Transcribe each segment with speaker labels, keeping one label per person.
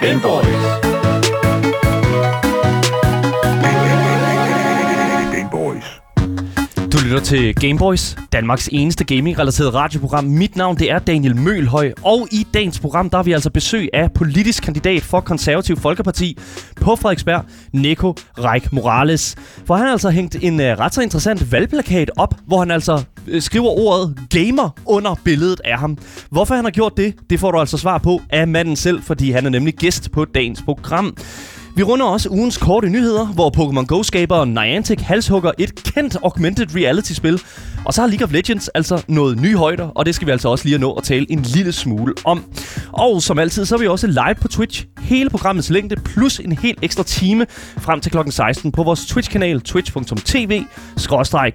Speaker 1: Gameboys. Gameboys.
Speaker 2: Du lytter til Gameboys, Danmarks eneste gaming-relateret radioprogram. Mit navn det er Daniel Mølhøj, og i dagens program der har vi altså besøg af politisk kandidat for Konservativ Folkeparti på Frederiksberg, Nico Reik Morales. For han har altså hængt en øh, ret så interessant valgplakat op, hvor han altså øh, skriver ordet gamer under billedet af ham. Hvorfor han har gjort det, det får du altså svar på af manden selv, fordi han er nemlig gæst på dagens program. Vi runder også ugens korte nyheder, hvor Pokémon Go-skaberen Niantic halshugger et kendt augmented reality-spil. Og så har League of Legends altså noget nye højder, og det skal vi altså også lige nå at tale en lille smule om. Og som altid, så er vi også live på Twitch. Hele programmets længde plus en helt ekstra time frem til kl. 16 på vores Twitch-kanal twitch.tv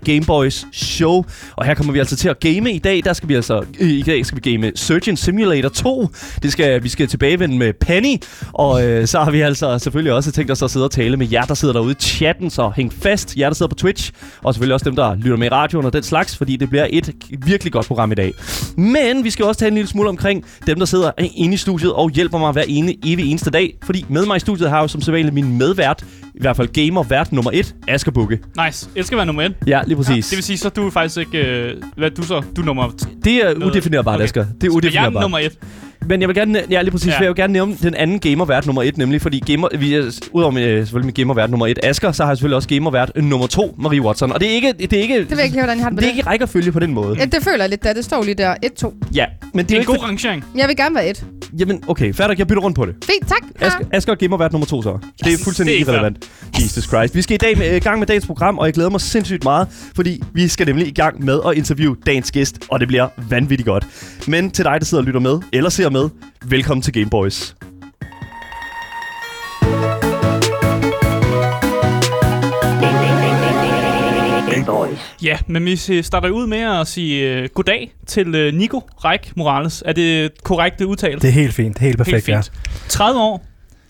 Speaker 2: Gameboys Show. Og her kommer vi altså til at game i dag. Der skal vi altså i dag skal vi game Surgeon Simulator 2. Det skal vi skal tilbagevende med Penny, og øh, så har vi altså selvfølgelig også tænkt os at sidde og tale med jer der sidder derude i chatten, så hæng fast. Jer der sidder på Twitch og selvfølgelig også dem der lytter med i radioen og den slags, fordi det bliver et virkelig godt program i dag. Men vi skal også tale en lille smule omkring dem der sidder inde i studiet og hjælper mig hver ene evig eneste dag, fordi med mig i studiet har jeg jo som sædvanligt min medvært, i hvert fald gamer vært nummer 1, Asger Bukke.
Speaker 3: Nice. Et skal være nummer 1.
Speaker 2: Ja, lige præcis.
Speaker 3: Det vil sige, så er du er faktisk ikke... Øh, hvad er du så? Du er nummer... Noget.
Speaker 2: Det er udefinerbart, okay. Asger. Det er
Speaker 3: Jeg er
Speaker 2: udefinerbart.
Speaker 3: nummer 1.
Speaker 2: Men jeg vil gerne, ja, lige præcis, ja.
Speaker 3: Ja.
Speaker 2: jeg vil gerne nævne den anden gamervært nummer et, nemlig fordi gamer, vi er, udover med, øh, selvfølgelig min gamervært nummer et, Asker, så har jeg selvfølgelig også gamervært øh, nummer to, Marie Watson. Og det er ikke, det er ikke,
Speaker 4: Det ved jeg ikke lige, hvordan jeg har det
Speaker 2: det
Speaker 4: med
Speaker 2: er
Speaker 4: det.
Speaker 2: ikke i rækkefølge på den måde.
Speaker 4: Ja, det føler jeg lidt, da det står lige der.
Speaker 2: Ja,
Speaker 4: 1-2.
Speaker 2: men det
Speaker 3: Det
Speaker 2: er
Speaker 3: er
Speaker 2: jo
Speaker 3: en
Speaker 2: ikke...
Speaker 3: god
Speaker 2: for-
Speaker 3: rangering.
Speaker 4: Jeg vil gerne være 1.
Speaker 2: Jamen, okay, fair nok, jeg bytter rundt på det.
Speaker 4: Fint, tak.
Speaker 2: Asker, Asker og gamervært nummer to så. Det er
Speaker 3: Yes,
Speaker 2: fuldstændig
Speaker 3: det er fair.
Speaker 2: irrelevant. Jesus Christ. Vi skal i dag med, øh, i gang med dagens program, og jeg glæder mig sindssygt meget, fordi vi skal nemlig i gang med at interviewe dagens gæst, og det bliver vanvittigt godt. Men til dig, der sidder og lytter med, eller ser med, velkommen til Gameboys.
Speaker 1: Gameboys.
Speaker 3: Ja, men vi se- starter ud med at sige øh, goddag til øh, Nico Reik Morales. Er det korrekt, det udtalt?
Speaker 5: Det er helt fint. Helt perfekt,
Speaker 3: Helt fint. 30 år.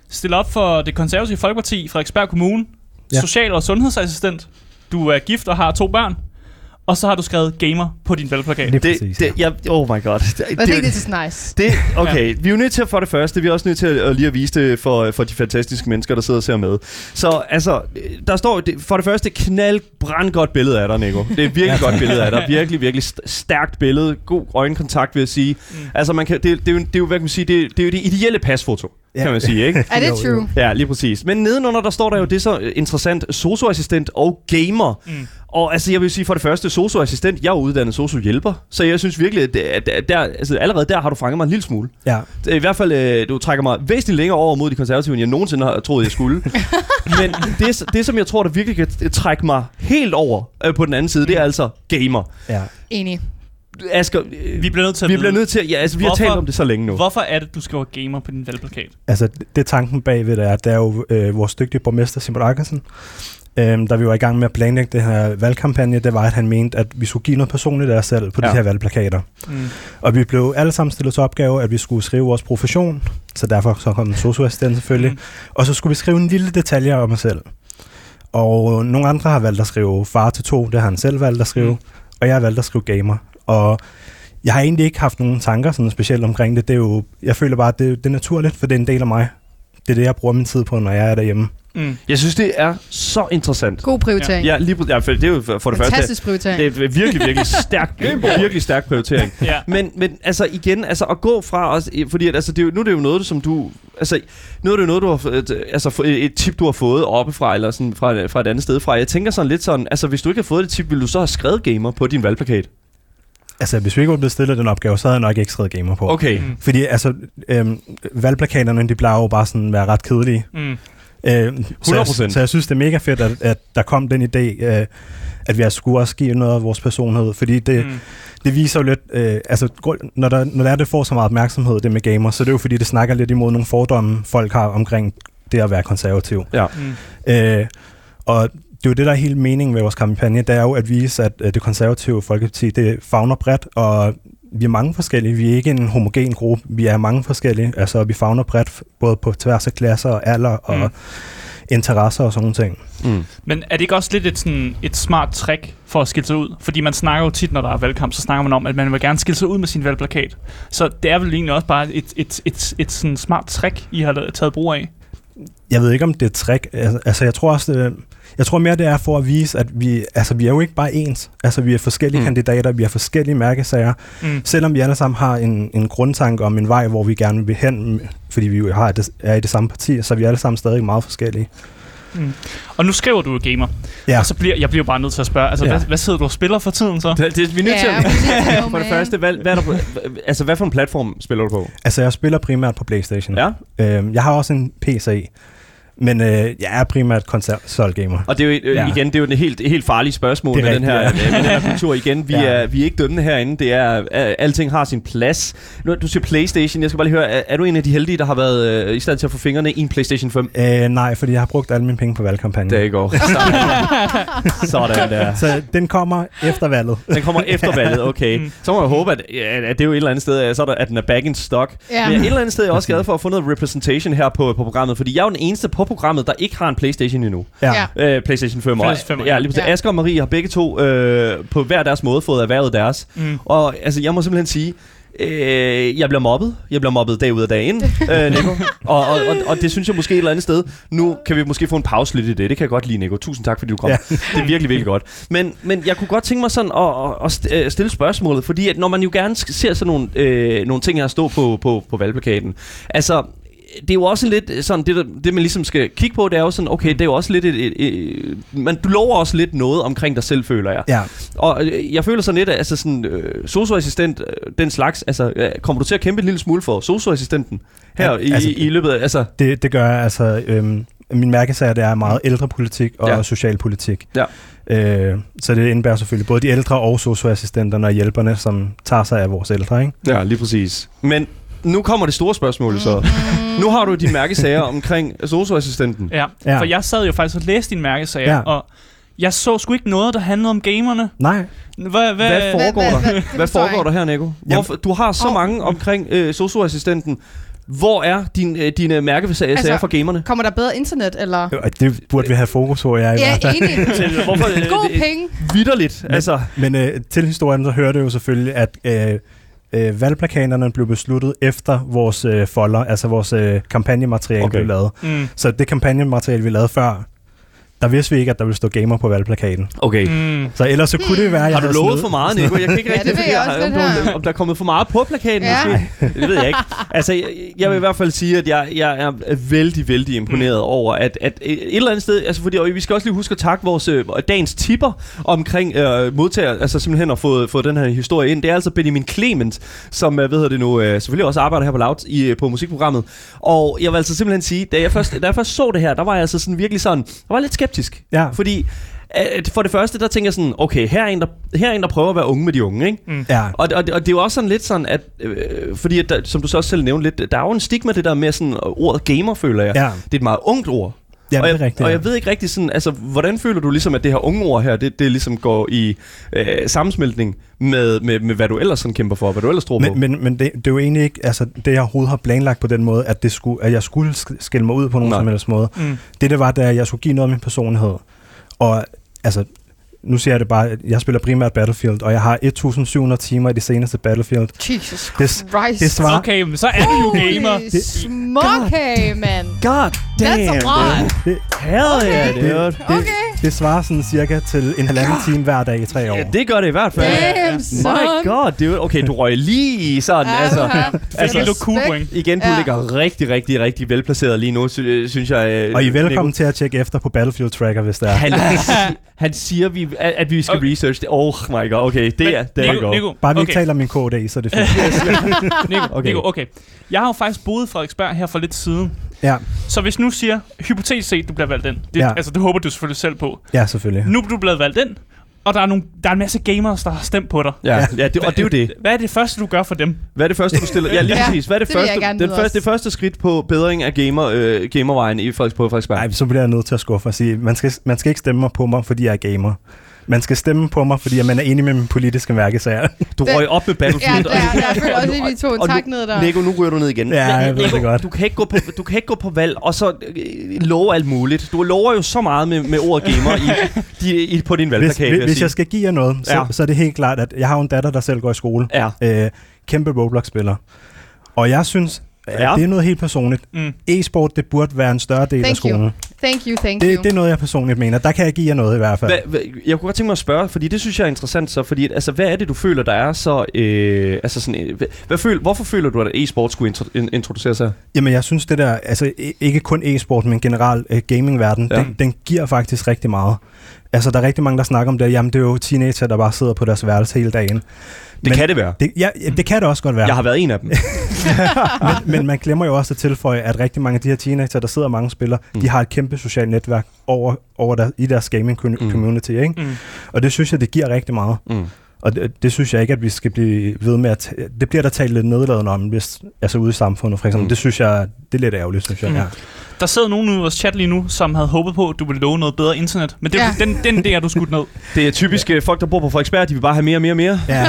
Speaker 3: Stille op for det konservative Folkeparti i Frederiksberg Kommune.
Speaker 5: Ja.
Speaker 3: Social- og sundhedsassistent. Du er gift og har to børn. Og så har du skrevet gamer på din
Speaker 5: ja.
Speaker 3: valgplakat.
Speaker 5: Lige præcis.
Speaker 2: Det, det, ja, oh my god. Det,
Speaker 4: Hvad det, det er så nice.
Speaker 2: Det, okay, ja. vi er jo nødt til at for det første, vi er også nødt til at, at lige at vise det for, for de fantastiske mennesker, der sidder og ser med. Så altså, der står jo det- for det første knald godt billede af dig, Nico. Det er et virkelig godt billede af dig. Virkelig, virkelig st- stærkt billede. God øjenkontakt, vil jeg sige. Mm. Altså, man kan, det, det, er jo, det er jo, hvad kan man sige, det, det er jo det ideelle pasfoto, ja.
Speaker 5: Ja.
Speaker 2: kan man sige, ikke?
Speaker 4: Er det
Speaker 5: Jo, jo.
Speaker 4: true?
Speaker 2: Ja, lige præcis. Men nedenunder, der står der jo det så øh, interessant, socioassistent og gamer. Mm. Og altså, jeg vil sige for det første, socioassistent, jeg er jo uddannet sociohjælper, så jeg synes virkelig, at, at, at der, altså, allerede der har du fanget mig en lille smule.
Speaker 5: Ja.
Speaker 2: Det er I hvert fald, øh, du trækker mig væsentligt længere over mod de konservative, end jeg nogensinde har troet, jeg skulle. Men det, det, som jeg tror, der virkelig kan t- trække mig helt over øh, på den anden side, det
Speaker 3: Mm.
Speaker 2: er altså gamer.
Speaker 5: ja.
Speaker 4: Enig.
Speaker 2: Asger, øh,
Speaker 3: Vi bliver nødt til at
Speaker 2: vi
Speaker 3: vide,
Speaker 2: bliver nødt til at... Ja, altså, vi har
Speaker 3: Hvorfor-
Speaker 2: talt om det så længe nu.
Speaker 3: hvorfor er det, du skriver gamer på din valgplakat?
Speaker 5: Altså, det- det tanken bagved det er, at det er jo øh, vores dygtige borgmester Simon Akkersen, øhm, da vi var i gang med at planlægge det her valgkampagne, det var, at han mente, at vi skulle give noget personligt af os selv på ja.
Speaker 2: Ja.
Speaker 5: de her valgplakater.
Speaker 3: Mm.
Speaker 5: Og vi blev alle sammen stillet til opgave, at vi skulle skrive vores profession, så derfor så kom en socioassistent selvfølgelig,
Speaker 3: Mm.
Speaker 5: mm. og så skulle vi skrive en lille detalje om os selv. Og øh, nogle andre har valgt at skrive far til to, det har han selv valgt at skrive,
Speaker 3: Mm.
Speaker 5: mm. og jeg har valgt at skrive gamer. Og jeg har egentlig ikke haft nogen tanker sådan specielt omkring det. det er jo, jeg føler bare, at det, det er naturligt, for det er en del af mig. Det er det, jeg bruger min tid på, når jeg er derhjemme.
Speaker 3: Mm.
Speaker 2: Jeg synes, det er så interessant.
Speaker 4: God prioritering.
Speaker 2: Ja, lige, præ- ja, for det er jo for for det første...
Speaker 4: Fantastisk prioritering.
Speaker 2: Det er virkelig, virkelig stærk, virkelig stærk prioritering.
Speaker 3: Ja.
Speaker 2: Men, men altså igen, altså at gå fra os, eh, fordi at, altså, det er jo, nu er det jo noget, som du, altså nu er det jo noget, du har, fået, et, altså få- et tip, du har fået oppefra, eller sådan fra, fra et andet sted fra. Jeg tænker sådan lidt sådan, altså hvis du ikke har fået det tip, ville du så have skrevet gamer på din valgplakat?
Speaker 5: Altså, hvis vi ikke var blevet stillet den opgave, så havde jeg nok ikke skrevet gamer på.
Speaker 2: Okay.
Speaker 3: Mm.
Speaker 5: Fordi altså, øhm, valgplakaterne, de plejer jo bare sådan at være ret kedelige.
Speaker 3: Mm.
Speaker 5: Øh, så,
Speaker 2: 100%.
Speaker 5: jeg, så jeg synes, det er mega fedt, at, at der kom den idé, øh, at vi skulle også give noget af vores personlighed, fordi det, mm.
Speaker 3: Mm.
Speaker 5: det viser jo lidt, øh, altså grund- når, der, når der er, det får så meget opmærksomhed, det med gamer, så er det jo fordi, det snakker lidt imod nogle fordomme, folk har omkring det at være konservativ.
Speaker 2: Ja.
Speaker 3: Mm.
Speaker 5: Øh, og det er jo det, der er hele meningen med vores kampagne, det er jo at vise, at øh, det konservative Folkeparti, det fagner bredt, og vi er mange forskellige. Vi er ikke en homogen gruppe. Vi er mange forskellige. Altså, vi fagner bredt, f- både på tværs af klasser og alder og
Speaker 3: Mm.
Speaker 5: interesser og sådan nogle ting.
Speaker 2: Mm.
Speaker 3: Men er det ikke også lidt et, sådan, et smart trick for at skille sig ud? Fordi man snakker jo tit, når der er valgkamp, så snakker man om, at man vil gerne skille sig ud med sin valgplakat. Så det er vel egentlig også bare et, et, et, et sådan smart trick, I har la- taget brug af.
Speaker 5: Jeg ved ikke, om det er et trick. Al- Altså, jeg tror også, det, jeg tror mere, det er for at vise, at vi, altså, vi er jo ikke bare ens. Altså, vi er forskellige
Speaker 2: Mm.
Speaker 5: mm. kandidater, vi har forskellige mærkesager.
Speaker 3: Mm.
Speaker 5: Selvom vi alle sammen har en, en grundtanke om en vej, hvor vi gerne vil hen, fordi vi jo har det, er i det samme parti, så er vi alle sammen stadig meget forskellige. Altså,
Speaker 3: Og nu skriver du jo gamer.
Speaker 5: Ja.
Speaker 3: Og så bliver, jeg bliver bare nødt til at spørge, altså, ja.
Speaker 5: Ja.
Speaker 3: hvad, hvad sidder du og spiller for tiden så?
Speaker 2: Det, det, vi er nødt til
Speaker 4: Ja,
Speaker 2: at-
Speaker 4: præcis.
Speaker 2: For det
Speaker 4: Oh, man.
Speaker 2: første, hvad, hvad, er der på, altså, hvad for en platform spiller du på?
Speaker 5: Altså, jeg spiller primært på Playstation.
Speaker 2: Ja,
Speaker 5: Øhm, jeg har også en PC, men øh, jeg er primært konsolgamer.
Speaker 2: og det er jo, et- øh,
Speaker 5: Ja.
Speaker 2: igen, det er jo et helt, helt farligt spørgsmål
Speaker 5: Det
Speaker 2: med,
Speaker 5: er
Speaker 2: den her, øh,
Speaker 5: rigtigt,
Speaker 2: med den her kultur. Igen, vi,
Speaker 5: Ja.
Speaker 2: er, vi er ikke dømmende herinde. Det er, øh, alting har sin plads. Nu, du siger Playstation. Jeg skal bare lige høre, er, er du en af de heldige, der har været øh, i stand til at få fingrene i en Playstation 5?
Speaker 5: Øh, nej, fordi jeg har brugt alle mine penge på valgkampagnen.
Speaker 2: Det går. Sådan der.
Speaker 5: Så den kommer efter valget.
Speaker 2: Den kommer efter valget, okay.
Speaker 3: Mm.
Speaker 2: Så må jeg håbe, at, at, at det er jo et eller andet sted, at, så er der, at den er back in stock.
Speaker 4: Ja.
Speaker 2: Men et eller andet sted er jeg også glad for at få noget repræsentation her på, på programmet, fordi jeg er jo den eneste på programmet, der ikke har en Playstation endnu.
Speaker 4: Ja.
Speaker 2: Øh, Playstation 5 og,
Speaker 3: PlayStation 5,
Speaker 2: ja, lige præcis.
Speaker 4: ja.
Speaker 2: Asger og Marie har begge to øh, på hver deres måde fået erhvervet deres.
Speaker 3: Mm.
Speaker 2: Og altså, jeg må simpelthen sige, øh, jeg bliver mobbet. Jeg bliver mobbet dag ud og dag ind, øh, Nico. Og, og, og, og det synes jeg måske et eller andet sted. Nu kan vi måske få en pause lidt i det. Det kan jeg godt lide, Nico. Tusind tak, fordi du kom. Ja.
Speaker 5: Ja.
Speaker 2: Det er virkelig, virkelig godt. Men, men jeg kunne godt tænke mig sådan at, at- at st- øh, stille spørgsmålet, fordi at når man jo gerne sk- ser sådan nogle, øh, nogle ting her stå på, på, på valgplakaten, altså det er jo også lidt sådan, det, der, det man ligesom skal kigge på, det er jo sådan, okay, det er jo også lidt et, et, et, man, du lover også lidt noget omkring dig selv, føler jeg.
Speaker 5: Ja,
Speaker 2: Og øh, jeg føler sådan lidt, at altså sådan, øh, socioassistent, øh, den slags, altså, øh, kommer du til at kæmpe en lille smule for socioassistenten her
Speaker 5: Ja,
Speaker 2: ja,
Speaker 5: altså-
Speaker 2: i, i løbet af, altså,
Speaker 5: det, det gør jeg. Altså, øhm, min mærkesager, det er meget ældrepolitik og
Speaker 2: Ja.
Speaker 5: ja. socialpolitik.
Speaker 2: Ja.
Speaker 5: Øh, så det indebærer selvfølgelig både de ældre og socioassistenterne og hjælperne, som tager sig af vores ældre. Ikke?
Speaker 2: Ja, lige præcis. Men nu kommer det store spørgsmål så.
Speaker 4: Mm-hmm.
Speaker 2: Nu har du dine mærkesager omkring socioassistenten.
Speaker 3: Ja. ja,
Speaker 5: Ja.
Speaker 3: for jeg sad jo faktisk og læste dine mærkesager, ja.
Speaker 5: Ja.
Speaker 3: og jeg så sgu ikke noget, der handlede om gamerne.
Speaker 5: Nej,
Speaker 3: Hvad, hvad,
Speaker 2: Hvad
Speaker 3: hvad
Speaker 2: foregår
Speaker 4: hvad-
Speaker 2: der?
Speaker 4: hvad- det
Speaker 2: Hvad
Speaker 4: forstår jeg
Speaker 2: foregår der her, Nico? Hvorfor, du har så
Speaker 4: Åh.
Speaker 2: mange omkring øh, socioassistenten. Hvor er din, øh, dine mærkesager
Speaker 4: Altså-
Speaker 2: for gamerne?
Speaker 4: Kommer der bedre internet, eller?
Speaker 5: og det burde vi have fokus på, jeg i
Speaker 4: Ja,
Speaker 5: hvert fald.
Speaker 4: enig.
Speaker 2: Hvorfor? øh,
Speaker 4: Gode
Speaker 2: det-
Speaker 4: penge.
Speaker 2: Vitterligt. Altså,
Speaker 5: Men øh, til historien, så hørte jeg jo selvfølgelig, at øh, øh, valgplakaterne blev besluttet efter vores øh, folder, altså vores øh, kampagnemateriale
Speaker 2: Okay.
Speaker 5: okay. blev lavet.
Speaker 3: Mm.
Speaker 5: Så det kampagnemateriale, vi lavede før, der vidste vi ikke, at der ville stå gamer på valgplakaten.
Speaker 2: okay.
Speaker 3: Mm.
Speaker 5: Så ellers så kunne det være, at jeg
Speaker 2: Har du
Speaker 5: havde
Speaker 2: lovet
Speaker 5: snedet-
Speaker 2: for meget, Nico? Jeg kan ikke
Speaker 4: Ja,
Speaker 2: rigtig
Speaker 4: det ved jeg også
Speaker 2: om,
Speaker 4: lidt
Speaker 2: du-
Speaker 4: her.
Speaker 2: om der er kommet for meget på plakaten.
Speaker 4: Ja.
Speaker 2: Ja. Måske. Det ved jeg ikke. Altså, jeg, jeg vil i hvert fald sige, at jeg, jeg er vældig, vældig imponeret mm. over, at, at et eller andet sted... Altså, fordi, og vi skal også lige huske at takke vores øh, dagens tipper omkring øh, modtager, altså simpelthen at få, få den her historie ind. Det er altså Benjamin Clement, som, øh, hvad hedder det nu, øh, selvfølgelig også arbejder her på Loud i, øh, på musikprogrammet. Og jeg vil altså simpelthen sige, da jeg først, da jeg først så det her, der var jeg altså sådan virkelig sådan... Jeg var lidt skeptisk.
Speaker 5: Ja.
Speaker 2: Fordi at for det første, der tænker jeg sådan, okay, her er en, der, her er en, der prøver at være unge med de unge, ikke?
Speaker 3: Mm.
Speaker 5: Ja,
Speaker 2: Og, og, og det er jo også sådan lidt sådan, at, øh, fordi at der, som du så også selv nævnte lidt, der er jo en stigma det der med sådan, øh, ordet gamer, føler jeg.
Speaker 5: ja.
Speaker 2: Det er et meget ungt ord.
Speaker 5: ja
Speaker 2: og jeg,
Speaker 5: det er rigtigt.
Speaker 2: og
Speaker 5: ja.
Speaker 2: jeg ved ikke rigtig sådan, altså, hvordan føler du ligesom, at det her unge ord her, det, det ligesom går i øh, sammensmeltning med, med, med, hvad du ellers sådan kæmper for, hvad du ellers tror på?
Speaker 5: men, men, men det, det, er jo egentlig ikke altså, det, jeg overhovedet har planlagt på den måde, at, det skulle, at jeg skulle sk- skille mig ud på nogen
Speaker 2: Nej.
Speaker 5: som helst måde.
Speaker 3: Mm.
Speaker 5: Det, det var, da jeg skulle give noget af min personlighed. Og altså, nu siger jeg det bare, at jeg spiller primært Battlefield, og jeg har 1.700 timer i det seneste Battlefield.
Speaker 4: Jesus
Speaker 5: Det,
Speaker 4: Christ.
Speaker 5: det svarer...
Speaker 3: Okay, men så er du jo gamer.
Speaker 4: Holy smoky, man.
Speaker 2: God
Speaker 4: That's a lot.
Speaker 5: Det,
Speaker 2: Hell yeah,
Speaker 5: det,
Speaker 2: dude.
Speaker 5: det,
Speaker 4: Okay.
Speaker 5: det svarer sådan cirka til en halvanden time hver dag i tre år.
Speaker 2: Ja, det gør det i hvert fald.
Speaker 4: Damn,
Speaker 2: My
Speaker 4: son.
Speaker 2: god, det er jo- okay, du røg lige i sådan, altså.
Speaker 3: Altså, det er lidt cool point.
Speaker 2: Igen, du
Speaker 4: Ja.
Speaker 2: ligger rigtig, rigtig, rigtig velplaceret lige nu, sy- øh, synes jeg. øh,
Speaker 5: Og I er velkommen til at tjekke efter på Battlefield Tracker, hvis der
Speaker 2: Nico.
Speaker 5: er.
Speaker 2: Han, han siger, vi, at, at vi skal
Speaker 3: Okay.
Speaker 2: research det. Oh my god, okay, det er, det er
Speaker 3: Nico,
Speaker 2: godt.
Speaker 3: Nico,
Speaker 5: Bare vi
Speaker 3: okay.
Speaker 5: ikke taler om min KD, så er det fint.
Speaker 3: Nico, okay.
Speaker 2: Ah, Okay.
Speaker 3: Nico, okay. Jeg har jo faktisk boet i Frederiksberg her for lidt siden.
Speaker 5: Ja,
Speaker 3: Så hvis nu siger, hypotetisk set, du bliver valgt ind. Det, ja.
Speaker 5: Ja.
Speaker 3: Altså, det håber du selvfølgelig selv på.
Speaker 5: ja selvfølgelig.
Speaker 3: Nu er du blevet valgt ind, og der er, nogle, der er en masse gamers, der har stemt på dig.
Speaker 2: Ja, ja det, og det er jo det.
Speaker 3: Hvad er det første, du gør for dem?
Speaker 2: Hvad er det første, du stiller? Ja, lige
Speaker 4: Ja,
Speaker 2: præcis. Hvad er det,
Speaker 4: det vil jeg
Speaker 2: første, den
Speaker 4: gerne vide
Speaker 2: første,
Speaker 4: også.
Speaker 2: det første skridt på bedring af gamer, øh, gamervejen i Frederiks, på Frederiksberg?
Speaker 5: Nej, så bliver jeg nødt til at skuffe og sige, man skal, man skal ikke stemme mig på mig, fordi jeg er gamer. Man skal stemme på mig, fordi at man er enig med min politiske mærkesager.
Speaker 2: Du
Speaker 4: Det-
Speaker 2: røg op med
Speaker 4: Ja,
Speaker 2: Battlefield.
Speaker 4: der, jeg føler også, at vi tog en
Speaker 6: Og nu-
Speaker 4: tak ned der.
Speaker 6: Nico, nu ryger du ned igen.
Speaker 5: ja, jeg ved det godt.
Speaker 2: Du kan, ikke gå på, du kan ikke gå på valg og så øh, love alt muligt. Du lover jo så meget med, med ordet gamer i, de, i, på din
Speaker 5: Hvis,
Speaker 2: valgplakat,
Speaker 5: hvis, hvis jeg
Speaker 2: sige.
Speaker 5: skal give jer noget, så,
Speaker 2: Ja.
Speaker 5: ja. så er det helt klart, at jeg har jo en datter, der selv går i skole.
Speaker 2: Ja.
Speaker 5: Øh, kæmpe Roblox-spiller. Og jeg synes, at
Speaker 2: Ja.
Speaker 5: ja. det er noget helt personligt.
Speaker 3: Mm.
Speaker 5: E-sport, det burde være en større del
Speaker 4: Thank
Speaker 5: af skolen.
Speaker 4: you. Thank you, thank
Speaker 5: Det,
Speaker 4: you.
Speaker 5: det er noget, jeg personligt mener. Der kan jeg give jer noget i hvert fald.
Speaker 2: Hva, hva, jeg kunne godt tænke mig at spørge, fordi det synes jeg er interessant så, fordi at, altså, hvad er det, du føler, der er så... Øh, altså sådan, øh, hvad, hvad føl, hvorfor føler du, at e-sport skulle intro, in, introduceres her?
Speaker 5: Jamen, jeg synes det der, altså i- ikke kun e-sport, men generelt øh, gamingverden,
Speaker 2: Ja.
Speaker 5: ja. den, den giver faktisk rigtig meget. Altså, der er rigtig mange, der snakker om det. Jamen, det er jo teenager, der bare sidder på deres værelse hele dagen.
Speaker 2: Det men, kan det være.
Speaker 5: Det, ja, ja, det kan det også godt
Speaker 2: Ja. Jeg
Speaker 5: være.
Speaker 2: har været en af dem.
Speaker 5: Men, men man glemmer jo også at tilføje, at rigtig mange af de her teenager, der sidder mange spillere,
Speaker 2: Mm.
Speaker 5: mm. de har et kæmpe socialt netværk over, over der, i deres
Speaker 2: Mm.
Speaker 5: gaming-community, ikke?
Speaker 3: Mm.
Speaker 5: Og det synes jeg, det giver rigtig meget.
Speaker 2: Mm.
Speaker 5: Og det, det synes jeg ikke, at vi skal blive ved med at... t- Det bliver der talt lidt nedladende om, hvis, altså ude i samfundet for eksempel.
Speaker 2: Mm.
Speaker 5: Mm. Det synes jeg, det er lidt ærgerligt, synes jeg.
Speaker 3: Mm.
Speaker 5: Mm. Ja.
Speaker 3: Der sidder nogen ude i vores chat lige nu, som havde håbet på, at du ville love noget bedre internet. Men det, ja.
Speaker 4: Ja.
Speaker 3: den, den der, du skudt ned.
Speaker 2: Det er typisk øh, folk, der bor på Frederiksberg, de vil bare have mere og mere og mere.
Speaker 5: Ja.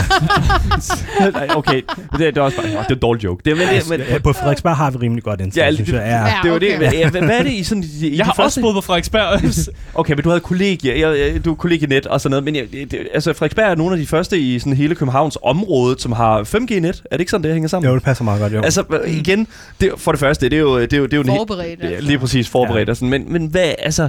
Speaker 2: Nej, okay, det, det er også bare... Nå, det er en dårlig joke. Det, er- men, det, men,
Speaker 5: Ja, på Frederiksberg har vi rimelig godt internet,
Speaker 2: Ja,
Speaker 5: ja, synes
Speaker 2: det-
Speaker 5: jeg. Ja.
Speaker 4: Ja.
Speaker 5: ja.
Speaker 2: det er jo det.
Speaker 4: okay.
Speaker 2: Hvad, hvad- hvad er det i sådan... I, i de
Speaker 3: Jeg har
Speaker 2: første-
Speaker 3: også boet på Frederiksberg.
Speaker 2: Okay, men du havde kollegier, jeg, jeg, du er kollegienet og sådan noget, men jeg, det, det- altså Frederiksberg er nogle af de første i sådan hele Københavns område, som har 5G-net. Er det ikke sådan, det hænger sammen?
Speaker 5: Jo, det passer meget godt, jo. Altså,
Speaker 2: Altså hva- igen, det, for det første, det er jo... Det er jo, det er jo en hel-
Speaker 4: Forberedt,
Speaker 2: Ja,
Speaker 4: altså.
Speaker 2: lige præcis, forberedt
Speaker 5: Ja.
Speaker 2: og sådan. Men, men hvad, altså...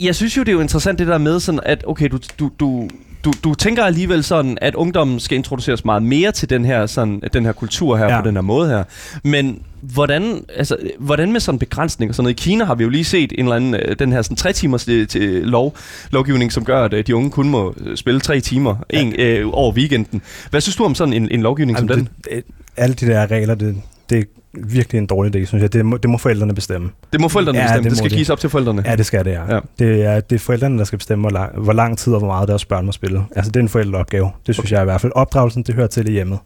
Speaker 2: Jeg synes jo, det er jo interessant det der med sådan, at okay, du, du, du, du, du tænker alligevel sådan, at ungdommen skal introduceres meget mere til den her, sådan, den her kultur her ja.
Speaker 5: Ja.
Speaker 2: på den her måde her. Men hvordan, altså, hvordan med sådan begrænsning og sådan noget? I Kina har vi jo lige set en eller anden, øh, den her sådan, tre timers øh, til, lov, lovgivning, som gør, at øh, de unge kun må øh, spille tre timer ja. en, øh, over weekenden. Hvad synes du om sådan en, en lovgivning
Speaker 5: Jamen,
Speaker 2: som den?
Speaker 5: ligesom det, det, alle de der regler, det, det er virkelig en dårlig idé, synes jeg. Det må, det må forældrene bestemme.
Speaker 2: Det må forældrene ja,
Speaker 5: Ja,
Speaker 2: bestemme. Det,
Speaker 5: det
Speaker 2: det
Speaker 5: må
Speaker 2: skal
Speaker 5: de.
Speaker 2: gives op til forældrene.
Speaker 5: Ja, det skal det, ja.
Speaker 2: Ja.
Speaker 5: ja. Det, er, det er forældrene, der skal bestemme, hvor lang, hvor lang tid og hvor meget deres børn må spille. Altså, det er en forældreopgave. Det synes okay. jeg i hvert fald. Opdragelsen, det hører til i hjemmet.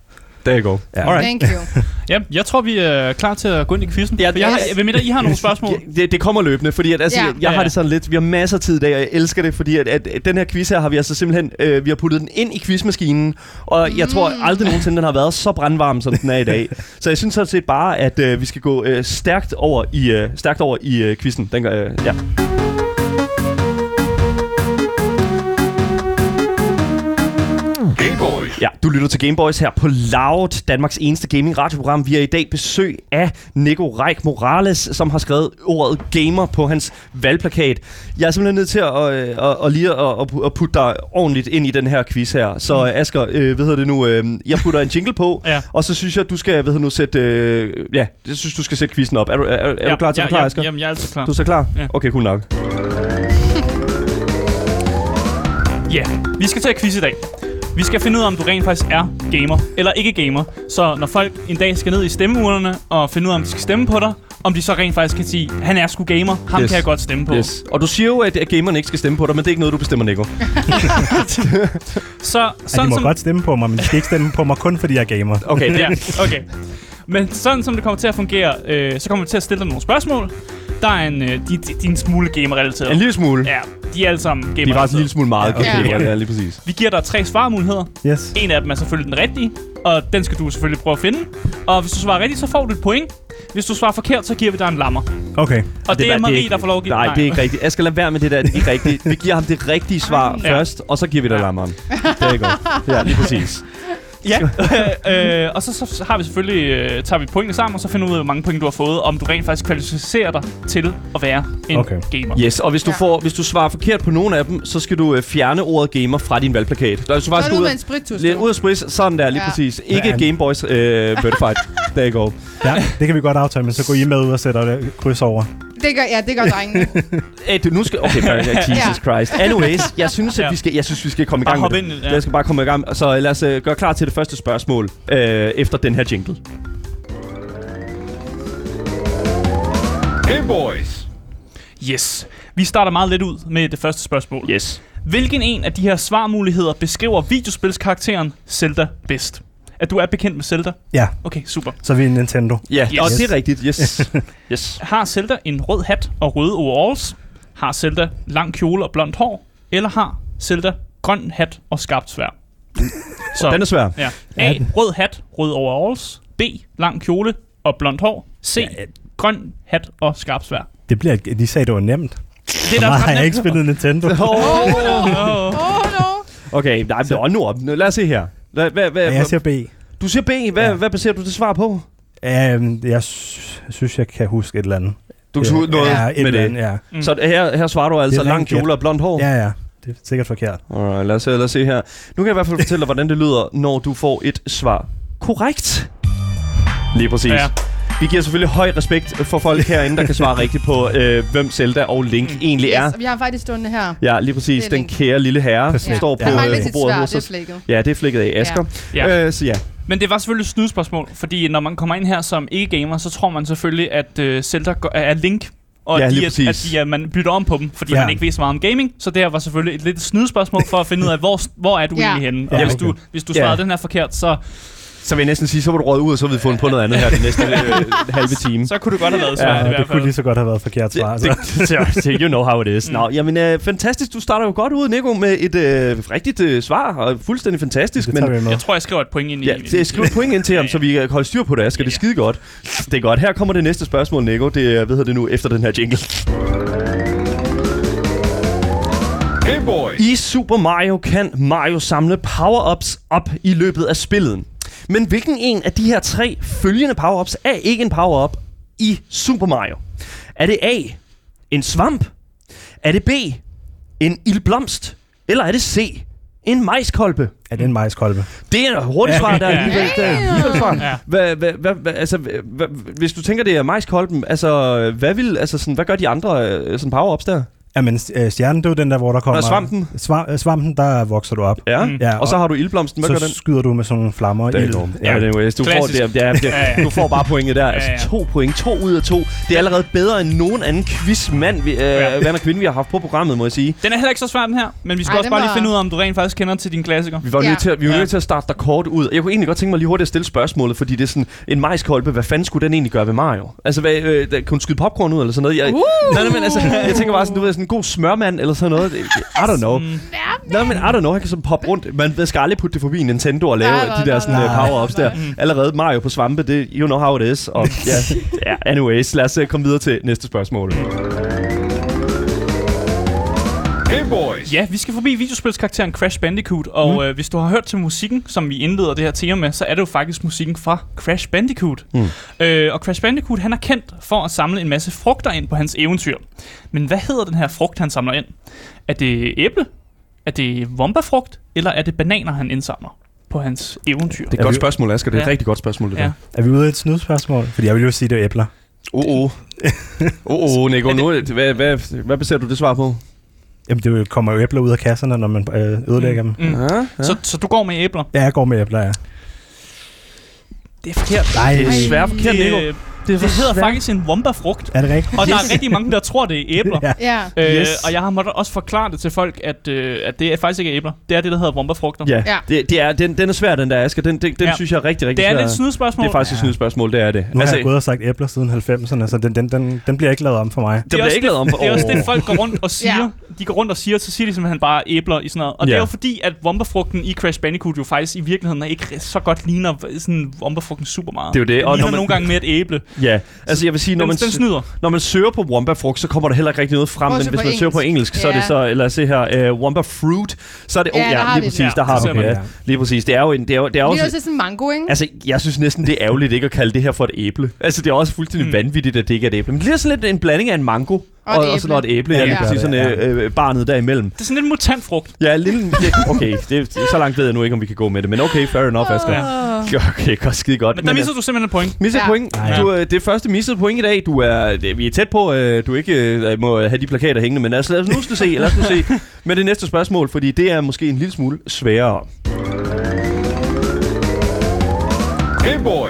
Speaker 2: Der går.
Speaker 5: Ja.
Speaker 2: Alright.
Speaker 4: Thank you.
Speaker 3: ja, jeg tror, vi er klar til at gå ind i quizzen.
Speaker 2: Ja,
Speaker 3: Ja, jeg,
Speaker 4: yes.
Speaker 3: har, ved mindre, I har nogle spørgsmål.
Speaker 2: Ja, det, det kommer løbende, fordi at, altså,
Speaker 4: Ja.
Speaker 2: ja. jeg, jeg har
Speaker 3: Ja.
Speaker 2: det sådan lidt, vi har masser af tid i dag, og jeg elsker det, fordi at, at, at den her quiz her har vi altså simpelthen, øh, vi har puttet den ind i quizmaskinen, og mm. jeg tror aldrig nogensinde, den har været så brandvarm, som den er i dag. så jeg synes sådan set bare, at øh, vi skal gå øh, stærkt over i, øh, stærkt over i øh, quizzen. Den gør, øh, ja.
Speaker 1: Game Boys.
Speaker 2: Ja, du lytter til Gameboys her på Loud, Danmarks eneste gaming radioprogram. Vi har i dag besøg af Nico Reik Morales, som har skrevet ordet gamer på hans valgplakat. Jeg er simpelthen nødt til at, øh, at, at lige at, at pu- at putte dig ordentligt ind i den her quiz her. Så øh, Asger, øh, hvad hedder det nu? Øh, jeg putter en jingle på,
Speaker 3: Mm. Ja.
Speaker 2: og så synes jeg, du skal, hvad hedder det nu, sætte, øh, ja, jeg synes, du skal sætte quizzen op. Er du, er, er
Speaker 3: ja,
Speaker 2: du klar til
Speaker 3: ja,
Speaker 2: at forklare,
Speaker 3: ja,
Speaker 2: Asger?
Speaker 3: Jamen, jeg er altid klar.
Speaker 2: Du er så klar?
Speaker 3: Ja.
Speaker 2: Okay, cool nok.
Speaker 3: Ja, yeah. vi skal til at quiz i dag. Vi skal finde ud af, om du rent faktisk er gamer eller ikke gamer. Så når folk en dag skal ned i stemmeurnerne og finde ud af, om de skal stemme på dig, om de så rent faktisk kan sige, han er sgu gamer, ham
Speaker 2: Yes.
Speaker 3: yes. kan jeg godt stemme på.
Speaker 2: Yes. Og du siger jo, at, at gamerne ikke skal stemme på dig, men det er ikke noget, du bestemmer, Nico.
Speaker 3: Så
Speaker 5: Ja, de
Speaker 3: sådan
Speaker 5: må
Speaker 3: som...
Speaker 5: godt stemme på mig, men de skal ikke stemme på mig kun, fordi jeg er gamer.
Speaker 2: Okay, det,
Speaker 3: ja, okay. Men sådan som det kommer til at fungere, øh, så kommer vi til at stille dig nogle spørgsmål. Der er en, øh, de, de, de er en smule gamer-relateret.
Speaker 2: en lille smule.
Speaker 3: Ja, de er alle sammen
Speaker 2: Vi er faktisk en
Speaker 3: gamer-relateret.
Speaker 2: lille smule meget.
Speaker 5: Ja, okay.
Speaker 2: Okay, ja, lige præcis.
Speaker 3: Vi giver dig tre svarmuligheder.
Speaker 5: Yes.
Speaker 3: En af dem er selvfølgelig den rigtige, og den skal du selvfølgelig prøve at finde. Og hvis du svarer rigtigt, så får du et point. Hvis du svarer forkert, så giver vi dig en lammer. Og
Speaker 5: Okay.
Speaker 3: det, det er
Speaker 2: var-
Speaker 3: Marie,
Speaker 2: ikke-
Speaker 3: der får lov at give
Speaker 2: Nej, det er ikke rigtigt. Jeg skal lade være med det der, det er ikke rigtigt. Vi giver ham det rigtige svar
Speaker 3: Ja.
Speaker 2: først, og så giver vi dig
Speaker 3: Ja.
Speaker 2: lammeren. Det er godt. Ja, lige præcis.
Speaker 3: Ja, øh, og så, så har vi selvfølgelig, øh, tager vi pointene sammen, og så finder vi ud af, hvor mange point du har fået, om du rent faktisk kvalificerer dig til at være en okay.
Speaker 5: Okay.
Speaker 3: gamer.
Speaker 2: Yes, og hvis du, får, hvis du svarer forkert på nogen af dem, så skal du øh, fjerne ordet gamer fra din valgplakat. Der, hvis du
Speaker 4: Så
Speaker 2: bare
Speaker 4: er
Speaker 2: skal
Speaker 4: det
Speaker 2: ud
Speaker 4: ud med en
Speaker 2: af,
Speaker 4: sprittus.
Speaker 2: lidt
Speaker 4: du.
Speaker 2: ud af sprids, sådan der, lige ja.
Speaker 4: Ja.
Speaker 2: præcis. Ikke
Speaker 5: Ja.
Speaker 2: Game Boys øh, verified. Der går.
Speaker 5: Ja, det kan vi godt aftale, men så går I med ud og sætter det kryds over.
Speaker 4: Det gør, ja, det gør drengene.
Speaker 2: Hey, du, nu skal... Okay, fair, yeah, Jesus Christ. Anyways, jeg synes, at vi skal, jeg synes, vi skal komme i
Speaker 3: Bare
Speaker 2: gang med
Speaker 3: hop
Speaker 2: det.
Speaker 3: ind i det, ja.
Speaker 2: Jeg skal bare komme i gang. Så lad os øh, gøre klar til det første spørgsmål øh, efter den her jingle.
Speaker 1: Game Boys.
Speaker 3: yes. Vi starter meget lidt ud med det første spørgsmål.
Speaker 2: Yes.
Speaker 3: Hvilken en af de her svarmuligheder beskriver videospilskarakteren Zelda bedst? At du er bekendt med Zelda?
Speaker 5: Ja,
Speaker 3: Okay, super.
Speaker 5: så er vi Nintendo.
Speaker 2: Ja, yes.
Speaker 3: Yes.
Speaker 2: og det er rigtigt. Yes. yes.
Speaker 3: Har Zelda en rød hat og røde overalls? Har Zelda lang kjole og blondt hår? Eller har Zelda, grøn hat og skarpt svær. Så
Speaker 2: Den er svær.
Speaker 3: ja.
Speaker 5: Ja,
Speaker 3: A.
Speaker 5: den-
Speaker 3: Rød hat, rød overalls. B. Lang kjole og blondt hår. C.
Speaker 5: Ja,
Speaker 3: Grøn hat og skarpt svær.
Speaker 5: Det bliver, et- de sagde, det var nemt.
Speaker 3: Det er da
Speaker 5: Nej,
Speaker 3: ret
Speaker 5: jeg har
Speaker 3: nemt.
Speaker 5: ikke spillet Nintendo.
Speaker 4: Oh, no.
Speaker 3: Åh.
Speaker 4: oh, no.
Speaker 2: Okay, nej, men ånd nu op. Lad os se her. Hvad, hvad, hvad,
Speaker 5: Ja, jeg siger B.
Speaker 2: Du siger B. Hvad,
Speaker 5: Ja.
Speaker 2: hvad baserer du det svar på?
Speaker 5: Um, jeg sy- synes, jeg kan huske et eller andet.
Speaker 2: Du kan
Speaker 5: Ja,
Speaker 2: ja, noget
Speaker 5: ja, et
Speaker 2: med
Speaker 5: eller
Speaker 2: det.
Speaker 5: andet, Ja,
Speaker 3: Mm.
Speaker 2: Så her, her svarer du altså
Speaker 5: Det er
Speaker 2: lang
Speaker 5: rent
Speaker 2: kjole og blond
Speaker 3: Oh.
Speaker 2: hår?
Speaker 5: ja, ja. Det er sikkert forkert.
Speaker 2: Alright, lad os, se, lad os se her. Nu kan jeg i hvert fald fortælle dig, hvordan det lyder, når du får et svar korrekt. Lige præcis. Ja.
Speaker 3: Ja.
Speaker 2: Vi giver selvfølgelig høj respekt for folk herinde, der kan svare rigtigt på, øh, hvem Zelda og Link mm. egentlig er.
Speaker 4: Yes, og vi har faktisk stående her.
Speaker 2: Ja, lige præcis.
Speaker 4: Det er
Speaker 2: Den
Speaker 4: Link.
Speaker 2: kære lille herre, som
Speaker 5: Perfekt.
Speaker 2: står på,
Speaker 4: Han mangler
Speaker 2: øh, på
Speaker 4: sit
Speaker 2: bordet
Speaker 4: svær,
Speaker 2: hos
Speaker 4: det er
Speaker 2: os.
Speaker 4: flækket.
Speaker 2: Ja, det er flækket af Asger.
Speaker 3: Ja.
Speaker 2: Ja. Øh, så ja.
Speaker 3: Men det var selvfølgelig et snydspørgsmål, fordi når man kommer ind her som ikke-gamer, så tror man selvfølgelig, at uh, Zelda går- er Link, og
Speaker 2: Ja,
Speaker 3: ja,
Speaker 2: lige
Speaker 3: de, at,
Speaker 2: præcis.
Speaker 3: at de, er, man bytter om på dem, fordi
Speaker 5: Ja.
Speaker 3: ja. man ikke ved så meget om gaming. Så det her var selvfølgelig et lidt snydspørgsmål for at finde ud af, hvor, hvor er du
Speaker 4: Ja.
Speaker 3: ja. egentlig henne. Og
Speaker 5: Ja,
Speaker 3: ja, hvis,
Speaker 5: okay.
Speaker 3: du, hvis du
Speaker 2: Ja.
Speaker 3: svarede den her forkert, så,
Speaker 2: Så vil jeg næsten sige, så var du råd ud, og så har vi fundet på noget andet her den næste øh, halve time.
Speaker 3: så kunne det godt have været svært
Speaker 5: Ja,
Speaker 3: i
Speaker 5: det
Speaker 3: hvert
Speaker 5: kunne
Speaker 3: fald.
Speaker 5: lige så godt have været forkert svar.
Speaker 2: Det, det, det, det, you know how it is. Nå, jamen, øh, fantastisk. Du starter jo godt ud, Nico, med et øh, rigtigt øh, svar. Og fuldstændig fantastisk.
Speaker 5: Det
Speaker 2: men
Speaker 5: tager vi med.
Speaker 3: Jeg tror, jeg skriver et point ind i
Speaker 2: Ja,
Speaker 3: i-
Speaker 2: det, skriv et point ind til ham, så vi kan holde styr på det, Asger. Det er skide godt. Det er godt. Her kommer det næste spørgsmål, Nico. Det er, hvad hedder det nu, efter den her jingle.
Speaker 1: Game Boy,
Speaker 2: I Super Mario kan Mario samle power-ups op i løbet af spillet. Men hvilken en af de her tre følgende power-ups er ikke en power-up i Super Mario? Er det A, en svamp? Er det B, en ildblomst? Eller er det C, en majskolbe?
Speaker 5: Er det en majskolbe?
Speaker 2: Det er et hurtigt svar, der er
Speaker 3: Ja.
Speaker 2: alligevel, der er alligevel
Speaker 3: Ja.
Speaker 2: svar. Hvad, hvad, hvad, hvad, altså, hvad, hvis du tænker, det er majskolben, altså, hvad, vil, altså sådan, hvad gør de andre øh, sådan power-ups der?
Speaker 5: Jamen, s- øh, stjernen, det er jo den der, hvor der kommer...
Speaker 2: Nå, svampen.
Speaker 5: Sva- øh, svampen, der vokser du op.
Speaker 2: Ja.
Speaker 3: Mm.
Speaker 5: Ja,
Speaker 2: Og så har du ildblomsten. Hvad
Speaker 5: så
Speaker 2: gør den?
Speaker 5: skyder du med sådan nogle flammer og
Speaker 2: Det er
Speaker 5: ild.
Speaker 2: dumt. Ja, anyways, du får, det,
Speaker 3: Klassisk.
Speaker 2: det, er- det,
Speaker 3: Ja,
Speaker 2: er-
Speaker 3: ja.
Speaker 2: du får bare pointet der. Altså
Speaker 3: Ja, ja.
Speaker 2: to point. To ud af to. Det er allerede bedre end nogen anden quizmand, vi, øh,
Speaker 3: Ja.
Speaker 2: mand og kvinde, vi har haft på programmet, må jeg sige.
Speaker 3: Den er heller ikke så svær, den her, men vi skal
Speaker 4: Ej,
Speaker 3: Ej, også
Speaker 4: den
Speaker 3: bare lige
Speaker 4: var-
Speaker 3: finde ud af, om du rent faktisk kender til dine klassikere.
Speaker 2: Vi var
Speaker 4: Ja.
Speaker 2: nødt til, at- vi var
Speaker 3: Ja.
Speaker 2: nødt til at starte dig kort ud. Jeg kunne egentlig godt tænke mig lige hurtigt at stille spørgsmålet, fordi det er sådan en majskolbe. Hvad fanden skulle den egentlig gøre ved Mario? Altså, hvad, øh, der- kunne den skyde popcorn ud eller sådan noget? Jeg,
Speaker 4: Uh!
Speaker 2: nej, nej, men altså, jeg tænker bare sådan, du ved, sådan en god smørmand eller sådan noget. I don't know.
Speaker 3: Mm.
Speaker 2: Nej, men I don't know, han kan sådan poppe rundt. Man ved- skal aldrig putte det forbi Nintendo og lave
Speaker 4: Nej, nej,
Speaker 2: de der
Speaker 4: nej,
Speaker 2: sådan,
Speaker 5: nej,
Speaker 2: øh,
Speaker 5: nej,
Speaker 2: power-ups
Speaker 4: nej.
Speaker 2: der. Allerede Mario på svampe, det you know how it is. Og, ja, ja, anyways, lad os øh, komme videre til næste spørgsmål.
Speaker 1: Game Boy,
Speaker 3: Ja, vi skal forbi videospilskarakteren Crash Bandicoot, og mm. øh, hvis du har hørt til musikken, som vi indleder det her tema med, så er det jo faktisk musikken fra Crash Bandicoot. Mm. Øh, og Crash Bandicoot, han er kendt for at samle en masse frugter ind på hans eventyr. Men hvad hedder den her frugt, han samler ind? Er det æble? Er det vombafrugt? Eller er det bananer, han indsamler på hans eventyr?
Speaker 2: Det er
Speaker 5: Ja,
Speaker 2: et godt
Speaker 5: vi-
Speaker 2: spørgsmål, Asger. Det er et
Speaker 3: Ja.
Speaker 2: rigtig godt spørgsmål, det
Speaker 3: Ja.
Speaker 2: der.
Speaker 5: Er vi ude i et snydspørgsmål? Fordi jeg vil jo sige, det er æbler.
Speaker 2: Oh, oh. Oh, oh, Nico, nu, hvad, hvad, hvad baserer du det svar på?
Speaker 5: Jamen, det er jo- kommer jo æbler ud af kasserne, når man øh, ødelægger dem.
Speaker 3: Mm.
Speaker 2: Ja, ja.
Speaker 3: Så, så du går med æbler?
Speaker 5: Ja, jeg går med æbler, ja.
Speaker 3: Det er forkert.
Speaker 5: Nej,
Speaker 2: det er svært forkert, Nico.
Speaker 3: Det, det hedder faktisk en vombafrugt,
Speaker 5: er det rigtigt?
Speaker 3: og der er rigtig mange, der tror, det er æbler.
Speaker 5: Ja.
Speaker 4: Ja.
Speaker 3: Øh,
Speaker 2: Yes.
Speaker 3: yes. Og jeg har måttet også forklare det til folk, at, øh, at det er faktisk ikke æbler. Det er det, der hedder romberfrugter.
Speaker 2: Ja,
Speaker 4: Ja.
Speaker 2: Det, det er, den, den er svær, den der, Asger. Den, den, den
Speaker 3: Ja.
Speaker 2: synes jeg er rigtig, rigtig
Speaker 3: Det er
Speaker 2: svær.
Speaker 3: lidt et snydspørgsmål.
Speaker 2: det er faktisk et
Speaker 5: Ja.
Speaker 2: snydt spørgsmål, det er det. Altså,
Speaker 5: Nu har jeg gået og sagt æbler siden 90'erne, så den, den, den, den bliver ikke lavet om for mig.
Speaker 2: der bliver
Speaker 3: også
Speaker 2: ikke
Speaker 3: det,
Speaker 2: lavet om på
Speaker 3: det er også det,
Speaker 2: overhovedet.
Speaker 3: folk går rundt og siger. De går rundt og siger, så siger de simpelthen bare æbler i sådan noget. Og det
Speaker 2: Ja.
Speaker 3: er jo fordi, at vomberfrugten i Crash Bandicoot jo faktisk i virkeligheden ikke så godt ligner sådan vomberfrugten super meget.
Speaker 2: Det er jo det, og når
Speaker 3: Og ligner
Speaker 2: man-
Speaker 3: man... nogle gange mere et æble.
Speaker 2: ja, altså jeg vil sige, når
Speaker 3: Den,
Speaker 2: man,
Speaker 3: den snyder.
Speaker 2: Når man søger på Womba frugt, så kommer der heller ikke rigtig noget frem,
Speaker 4: Prøv at
Speaker 2: men
Speaker 4: søge
Speaker 2: hvis man
Speaker 4: på
Speaker 2: søger på engelsk, så er det
Speaker 4: Ja.
Speaker 2: så, lad os se her, uh, Womba fruit, så er det, oh,
Speaker 4: Ja,
Speaker 2: ja,
Speaker 4: der har
Speaker 2: lige
Speaker 4: vi den.
Speaker 2: præcis,
Speaker 3: Ja,
Speaker 2: der har
Speaker 3: så
Speaker 2: du
Speaker 3: ser man
Speaker 2: det.
Speaker 5: det.
Speaker 2: Ja. Lige præcis, det er jo en, det er, jo- det er
Speaker 4: Vi
Speaker 2: også...
Speaker 4: er også sådan en mango, ikke?
Speaker 2: Altså, jeg synes næsten, det er ærgerligt ikke at kalde det her for et æble. Altså, det er også fuldstændig mm.
Speaker 3: Mm.
Speaker 2: vanvittigt, at det ikke er et æble. Men det er sådan lidt en blanding af en mango og,
Speaker 4: et
Speaker 2: og, sådan
Speaker 4: æble.
Speaker 2: noget et æble. Ja,
Speaker 5: Ja,
Speaker 2: lige
Speaker 4: det
Speaker 2: præcis,
Speaker 5: gør
Speaker 2: sådan
Speaker 5: det,
Speaker 2: øh, øh, barnet derimellem.
Speaker 3: Det er sådan lidt en mutantfrugt.
Speaker 2: Ja, en lille... Okay, det, så langt ved jeg nu ikke, om vi kan gå med det, men okay, fair enough, Asger. Okay, godt, skide godt.
Speaker 3: Men der
Speaker 2: Men,
Speaker 3: misser du simpelthen et point.
Speaker 2: Misset ja.
Speaker 4: Ja.
Speaker 2: point.
Speaker 5: Nej.
Speaker 2: Du, øh, det er første misset point i dag. Du er, det- vi er tæt på, øh, du ikke øh, må have de plakater hængende, men lad os, lad os nu skal se, lad os nu se med det næste spørgsmål, fordi det er måske en lille smule sværere.
Speaker 1: Game Boy,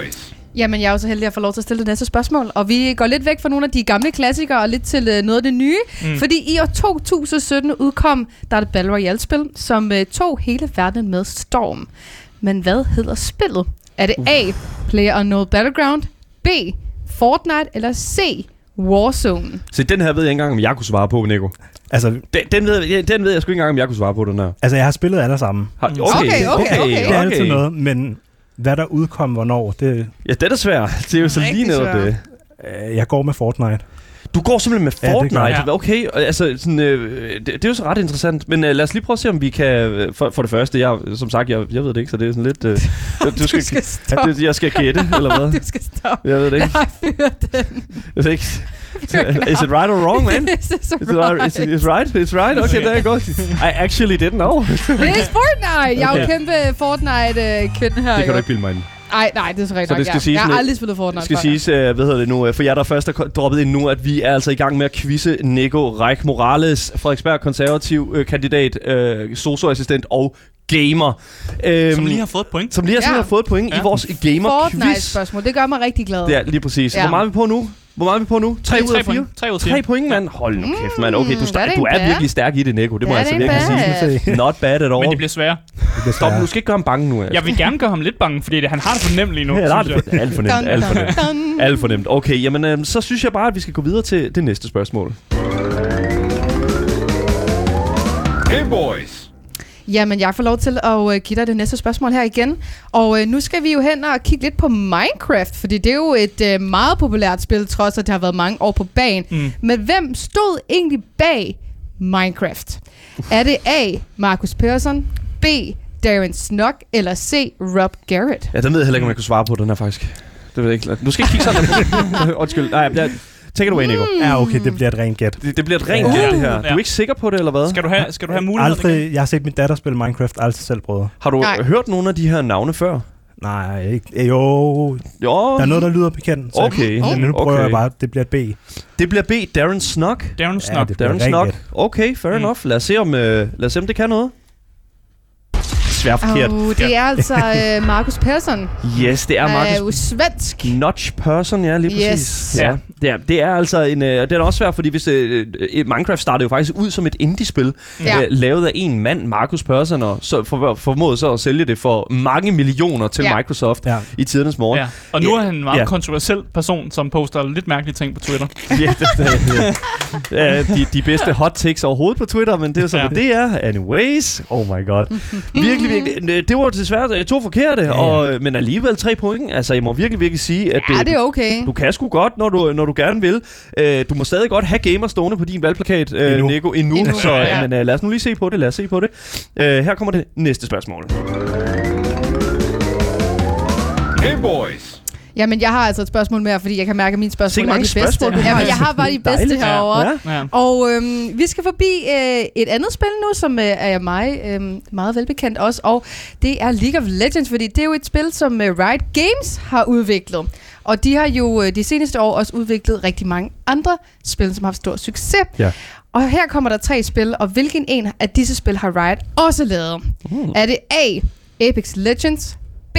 Speaker 4: Jamen, jeg er jo så heldig at få lov til at stille det næste spørgsmål. Og vi går lidt væk fra nogle af de gamle klassikere og lidt til øh, noget af det nye. Mm. Fordi i år 2017 udkom der et Battle Royale-spil, som øh, tog hele verden med storm. Men hvad hedder spillet? Er det A, PlayerUnknown Battleground, B, Fortnite eller C, Warzone.
Speaker 2: Se, den her ved jeg ikke engang, om jeg kunne svare på, Nico.
Speaker 5: Altså,
Speaker 2: Den, den, ved, jeg- den ved jeg sgu ikke engang, om jeg kunne svare på, den her.
Speaker 5: altså jeg har spillet alle sammen.
Speaker 2: Har-
Speaker 3: Mm.
Speaker 4: Okay, okay, okay.
Speaker 5: Det er altid noget, men hvad der udkom, hvornår, det,
Speaker 2: Ja, det er svært. Det er jo så
Speaker 4: Rigtig
Speaker 2: lige netop
Speaker 4: svært.
Speaker 2: det.
Speaker 5: øh, jeg går med Fortnite.
Speaker 2: Du går simpelthen med
Speaker 5: Ja, det gør
Speaker 2: Fortnite.
Speaker 3: jeg.
Speaker 2: Ja, okay, og altså, sådan, øh, det, det er jo så ret interessant. Men øh, lad os lige prøve at se, om vi kan... øh, For, for det første, jeg, som sagt, jeg, jeg ved det ikke, så det er sådan lidt... Øh, du skal,
Speaker 4: stoppe.
Speaker 2: det, jeg skal gætte, eller hvad?
Speaker 4: du skal stoppe.
Speaker 2: Jeg ved det ikke.
Speaker 4: Nej, fyr den.
Speaker 2: Jeg ved ikke. Is it right or wrong, man?
Speaker 4: This is
Speaker 2: Is it right? Is it,
Speaker 4: right.
Speaker 2: it's right? It's right? Okay, there you go. I actually didn't know.
Speaker 4: Det er Fortnite. Jeg er jo
Speaker 2: Okay.
Speaker 4: kæmpe Fortnite-kvinde her.
Speaker 2: Det kan du
Speaker 4: jo.
Speaker 2: ikke bilde mig ind.
Speaker 4: Ej, nej, det er så rigtigt
Speaker 2: Så
Speaker 4: nok,
Speaker 2: det skal
Speaker 4: ja.
Speaker 2: siges
Speaker 4: Jeg har
Speaker 2: med-
Speaker 4: aldrig spillet Fortnite
Speaker 2: Det skal
Speaker 4: før.
Speaker 2: siges, øh, hvad hedder det nu, øh, for jer, der først er ko- droppet ind nu, at vi er altså i gang med at quizze Nico Reich Morales, Frederiksberg konservativ øh, kandidat, øh, socioassistent og gamer. Øhm,
Speaker 3: Som lige har fået et point.
Speaker 2: som lige har, ja.
Speaker 4: Ja.
Speaker 2: har fået point ja. i
Speaker 3: Ja.
Speaker 2: vores gamer-quiz.
Speaker 4: Fortnite-spørgsmål, det gør mig rigtig glad.
Speaker 2: Det er lige præcis.
Speaker 4: Ja.
Speaker 2: Ja. Hvor meget er vi på nu? Hvor meget er vi på nu? 3 ud af 4?
Speaker 3: Tre ud af
Speaker 2: 3
Speaker 3: fire.
Speaker 2: point, mand. Hold nu kæft, mand. Okay, du,
Speaker 4: Mm, that
Speaker 2: sta-
Speaker 4: ain't
Speaker 2: du er
Speaker 4: bad.
Speaker 2: virkelig stærk i det, Nico. Det må jeg
Speaker 4: That
Speaker 2: altså
Speaker 4: ain't
Speaker 2: virkelig
Speaker 4: bad.
Speaker 2: sige. Not bad at
Speaker 3: Men det
Speaker 2: all.
Speaker 3: bliver sværere.
Speaker 2: Stop nu. Du skal ikke gøre ham bange nu. altså.
Speaker 3: Jeg vil gerne gøre ham lidt bange, fordi det, han har det for nemt lige nu.
Speaker 2: Ja, der er
Speaker 3: synes jeg.
Speaker 2: det for- alt for nemt. Alt for nemt.
Speaker 4: dun.
Speaker 2: Alt for nemt. Okay, jamen øh, så synes jeg bare, at vi skal gå videre til det næste spørgsmål.
Speaker 1: Hey boys.
Speaker 4: Jamen, jeg får lov til at øh, give dig det næste spørgsmål her igen. Og øh, nu skal vi jo hen og kigge lidt på Minecraft, fordi det er jo et øh, meget populært spil, trods at det har været mange år på bagen. Mm. Men hvem stod egentlig bag Minecraft? Er det A. Markus Persson, B. Darren Snook, eller C. Rob Garrett?
Speaker 2: Ja, den ved jeg heller ikke, om jeg kunne svare på, den her faktisk. Det ved jeg ikke. Du skal ikke kigge sådan på. Undskyld. Nej, jeg, take it away, Nico.
Speaker 5: Ja, okay, det bliver et rent gæt.
Speaker 2: Det, det bliver et rent
Speaker 3: Uh.
Speaker 2: gæt, det her. Du
Speaker 3: Ja.
Speaker 2: er ikke sikker på det, eller hvad?
Speaker 3: Skal du have, skal du have mulighed?
Speaker 5: Aldrig, jeg har set min datter spille Minecraft, aldrig selv prøvet.
Speaker 2: Har du
Speaker 4: Nej.
Speaker 2: Nej. hørt nogle af de her navne før?
Speaker 5: Nej, ikke. øh, Jo,
Speaker 2: Jo,
Speaker 5: der er noget, der lyder bekendt. så-
Speaker 2: Okay,
Speaker 5: Men nu prøver
Speaker 2: okay.
Speaker 5: jeg bare, det bliver et B.
Speaker 2: det bliver B. Darren Snook.
Speaker 3: Darren
Speaker 5: Ja,
Speaker 3: Snob.
Speaker 5: det-
Speaker 2: Darren
Speaker 5: bliver
Speaker 2: Snook.
Speaker 5: rent
Speaker 2: Okay, fair
Speaker 3: Mm.
Speaker 2: enough. Lad os, se, om, øh, lad os se, om det kan noget. Svær forkert.
Speaker 4: Oh, det er altså øh, Markus Persson.
Speaker 2: Yes, det er
Speaker 4: Han er
Speaker 2: Markus
Speaker 4: jo svensk.
Speaker 2: Notch person, ja, lige
Speaker 4: Yes.
Speaker 2: præcis. Yes.
Speaker 3: Ja.
Speaker 2: Ja, det er, det er altså en... Øh, og det er også svært, fordi hvis, øh, øh, Minecraft startede jo faktisk ud som et indie-spil,
Speaker 4: Ja.
Speaker 2: ja. øh, lavet af en mand, Markus Persson, og så for, formåede så at sælge det for mange millioner til
Speaker 4: Ja.
Speaker 2: ja. Microsoft
Speaker 5: Ja.
Speaker 2: ja. i tidernes morgen.
Speaker 3: Ja. Og nu
Speaker 2: Ja.
Speaker 3: er han en meget
Speaker 2: Ja.
Speaker 3: kontroversiel person, som poster lidt mærkelige ting på Twitter.
Speaker 2: ja, det, det, ja, de, de bedste hot takes overhovedet på Twitter, men det er jo sådan,
Speaker 3: Ja.
Speaker 2: ja. det er. Anyways, oh my god. Virkelig, virkelig. øh, Det var desværre øh, to forkerte, ja,
Speaker 5: ja.
Speaker 2: ja. Og, øh, men alligevel tre point. Altså, jeg må virkelig, virkelig sige, at
Speaker 4: Ja,
Speaker 2: øh,
Speaker 4: det er okay.
Speaker 2: Du kan sgu godt, når du, når du gerne vil. Øh, du må stadig godt have gamer stående på din valgplakat, øh,
Speaker 5: Endnu.
Speaker 2: Nico, endnu.
Speaker 4: Endnu,
Speaker 2: endnu. Så
Speaker 4: ja.
Speaker 2: ja. men, øh, lad os nu lige se på det. Lad os se på det. Øh, her kommer det næste spørgsmål.
Speaker 1: Hey boys.
Speaker 4: Jamen, jeg har altså et spørgsmål mere, fordi jeg kan mærke, at mine spørgsmål
Speaker 2: Sikke
Speaker 4: er de
Speaker 2: mange
Speaker 4: bedste.
Speaker 2: spørgsmål, du
Speaker 4: ja,
Speaker 2: har.
Speaker 4: jeg har bare de bedste
Speaker 2: Dejligt.
Speaker 4: herovre. Ja.
Speaker 2: Ja.
Speaker 3: Ja.
Speaker 4: Og øhm, vi skal forbi øh, et andet spil nu, som øh, er mig øhm, meget velbekendt også, og det er League of Legends, fordi det er jo et spil, som øh, Riot Games har udviklet. Og de har jo øh, de seneste år også udviklet rigtig mange andre spil, som har haft stor succes.
Speaker 2: Ja.
Speaker 4: Og her kommer der tre spil, og hvilken en af disse spil har Riot også lavet? Mm. Er det A. Apex Legends, B.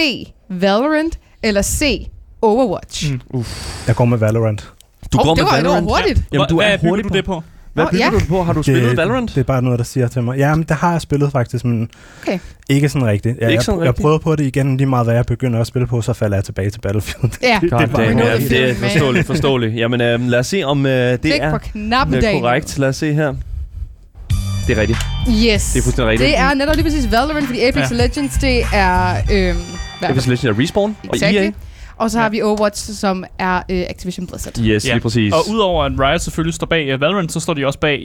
Speaker 4: Valorant, eller C. Overwatch? Mm.
Speaker 5: Jeg går med Valorant.
Speaker 2: Du
Speaker 4: Oh, det var enormt hurtigt.
Speaker 2: Jamen, du
Speaker 3: Hvad-
Speaker 2: er
Speaker 3: hvad bygger
Speaker 2: hurtig
Speaker 3: du
Speaker 2: på.
Speaker 3: det på?
Speaker 2: Hvad
Speaker 4: Nå,
Speaker 2: bygger
Speaker 4: ja.
Speaker 2: du det på? Har du spillet Valorant?
Speaker 5: Det er bare noget, der siger til mig. Ja, men det har jeg spillet faktisk, men
Speaker 4: Okay.
Speaker 5: ikke sådan rigtigt. Ja,
Speaker 2: Ikke
Speaker 5: jeg,
Speaker 2: sådan
Speaker 5: jeg
Speaker 2: rigtigt?
Speaker 5: prøver på det igen lige meget, hvad jeg begynder at spille på, så falder jeg tilbage til Battlefield.
Speaker 4: Ja,
Speaker 2: God
Speaker 5: det er bare
Speaker 2: damn,
Speaker 5: noget,
Speaker 2: ja,
Speaker 5: det
Speaker 2: det
Speaker 4: er
Speaker 2: er forståeligt, forståeligt. Jamen, øh, lad os se, om øh, det
Speaker 4: klik
Speaker 2: er
Speaker 4: på knappen,
Speaker 2: øh,
Speaker 4: Daniel.
Speaker 2: korrekt. Lad os se her. Det er rigtigt.
Speaker 4: Yes.
Speaker 2: Det er fuldstændig rigtigt.
Speaker 4: Det er netop lige præcis Valorant, fordi Apex ja.
Speaker 3: Ja.
Speaker 4: Legends, det er... Øhm, hvad
Speaker 2: Apex Legends er Respawn og E EA.
Speaker 4: exactly. Og så har vi Overwatch, som er øh, Activision Blizzard.
Speaker 2: Yes, lige præcis.
Speaker 3: Og udover at Riot selvfølgelig står bag uh, Valorant, så står de også bag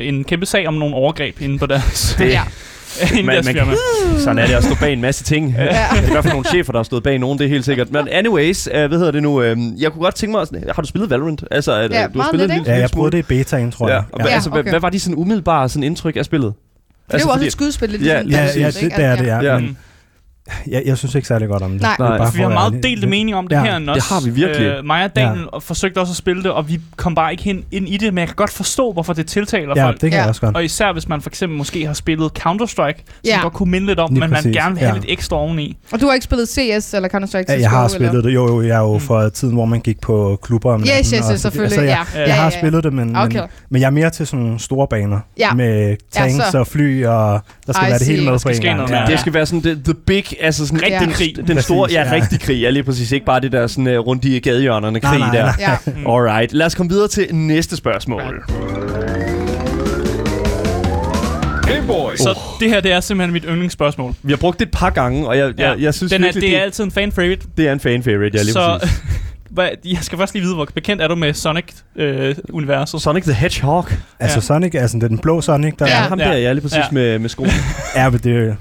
Speaker 3: uh, en kæmpe sag om nogle overgreb inde på deres,
Speaker 2: Det-
Speaker 4: Ja.
Speaker 3: inde i
Speaker 2: Man-
Speaker 3: deres
Speaker 2: man-
Speaker 3: firma.
Speaker 2: Sådan er det at stå bag en masse ting. Ja. Det er i hvert fald nogle chefer, der har stået bag nogen, det er helt sikkert. Men anyways, øh, hvad hedder det nu? Øh, jeg kunne godt tænke mig, sådan- har du spillet Valorant? Altså, ja, du
Speaker 4: meget
Speaker 2: har spillet en
Speaker 4: lidt, ikke?
Speaker 2: lille,
Speaker 5: Ja,
Speaker 2: lille
Speaker 5: jeg
Speaker 2: smule.
Speaker 5: prøvede det i betaen, tror
Speaker 2: Ja,
Speaker 5: jeg.
Speaker 2: og, ja, altså,
Speaker 4: okay.
Speaker 2: okay. hvad, var de sådan umiddelbare sådan indtryk af spillet? Altså,
Speaker 4: Det er jo også et skydespil, lidt
Speaker 2: Ja,
Speaker 4: ligesom
Speaker 5: Ja,
Speaker 4: Dungeons
Speaker 5: ja,
Speaker 4: and Dragons,
Speaker 5: det, det er det,
Speaker 4: ikke?
Speaker 5: ja.
Speaker 2: Ja.
Speaker 5: Men jeg, jeg synes ikke særlig godt om det.
Speaker 4: Nej. Altså,
Speaker 5: Det er
Speaker 2: Nej.
Speaker 5: bare
Speaker 3: Altså, Vi har
Speaker 5: for at være
Speaker 3: meget
Speaker 5: lidt-
Speaker 3: delte meninger om det
Speaker 5: Ja.
Speaker 3: her. Notch.
Speaker 2: Det har vi virkelig.
Speaker 3: Øh, mig og Daniel ja. forsøgte også at spille det, og vi kom bare ikke hen, ind i det, men jeg kan godt forstå, hvorfor det tiltaler
Speaker 5: Ja,
Speaker 3: folk.
Speaker 5: det kan
Speaker 4: Ja.
Speaker 5: jeg også godt.
Speaker 3: Og især hvis man for eksempel måske har spillet Counter-Strike, som
Speaker 4: Ja.
Speaker 3: ja. godt kunne minde lidt om,
Speaker 5: Lige
Speaker 3: men man
Speaker 5: præcis,
Speaker 3: gerne vil have
Speaker 5: ja.
Speaker 3: lidt ekstra oveni.
Speaker 4: Og du har ikke spillet CS eller Counter-Strike?
Speaker 5: Ja, jeg
Speaker 4: CS:GO,
Speaker 5: har
Speaker 4: eller?
Speaker 5: spillet det. Jo, jo, jeg er jo
Speaker 3: Mm.
Speaker 5: fra tiden, hvor man gik på klubber. om
Speaker 4: Yes,
Speaker 5: natten
Speaker 4: yes,
Speaker 5: og-
Speaker 4: yes, selvfølgelig.
Speaker 5: Altså,
Speaker 4: Ja,
Speaker 5: jeg,
Speaker 4: ja,
Speaker 5: jeg
Speaker 4: ja,
Speaker 5: har
Speaker 4: ja.
Speaker 5: spillet det, men,
Speaker 4: Okay.
Speaker 5: men, men jeg er mere til sådan store baner.
Speaker 4: Ja.
Speaker 5: Med tanks
Speaker 4: så-
Speaker 5: og fly, og der
Speaker 4: I
Speaker 5: skal være det
Speaker 4: see.
Speaker 5: hele
Speaker 4: Der
Speaker 5: med på
Speaker 3: skal
Speaker 5: en
Speaker 3: ske
Speaker 5: gang.
Speaker 3: noget
Speaker 5: Ja.
Speaker 3: mere.
Speaker 2: Det skal være sådan the, the big altså sådan
Speaker 4: Ja.
Speaker 2: rigtig
Speaker 3: Krig.
Speaker 2: krig. Den store,
Speaker 5: Præcis,
Speaker 2: ja,
Speaker 5: ja.
Speaker 2: rigtig krig. Ja, lige præcis. Ikke bare det der sådan uh, rundt i gadehjørnerne krig
Speaker 5: nej,
Speaker 2: der.
Speaker 5: nej.
Speaker 4: Ja.
Speaker 2: Alright, lad os komme videre til næste spørgsmål.
Speaker 1: Hey boys.
Speaker 3: Så det her, det er simpelthen mit yndlingsspørgsmål.
Speaker 2: Vi har brugt det et par gange, og jeg, ja. jeg, jeg synes
Speaker 3: Den er,
Speaker 2: virkelig,
Speaker 3: det er altid en fan favorite.
Speaker 2: det, det er en fan favorite, ja, lige så...
Speaker 3: så
Speaker 2: præcis.
Speaker 3: hvad, jeg skal først lige vide, hvor bekendt er du med Sonic-universet?
Speaker 2: Sonic the Hedgehog. Ja,
Speaker 5: Altså
Speaker 3: Ja.
Speaker 5: Sonic, altså den blå Sonic, der
Speaker 4: Ja.
Speaker 5: ja.
Speaker 2: ham
Speaker 3: Ja.
Speaker 2: der, ja, lige præcis
Speaker 3: Ja.
Speaker 2: ja. med, med skoen.
Speaker 5: er ved det øh,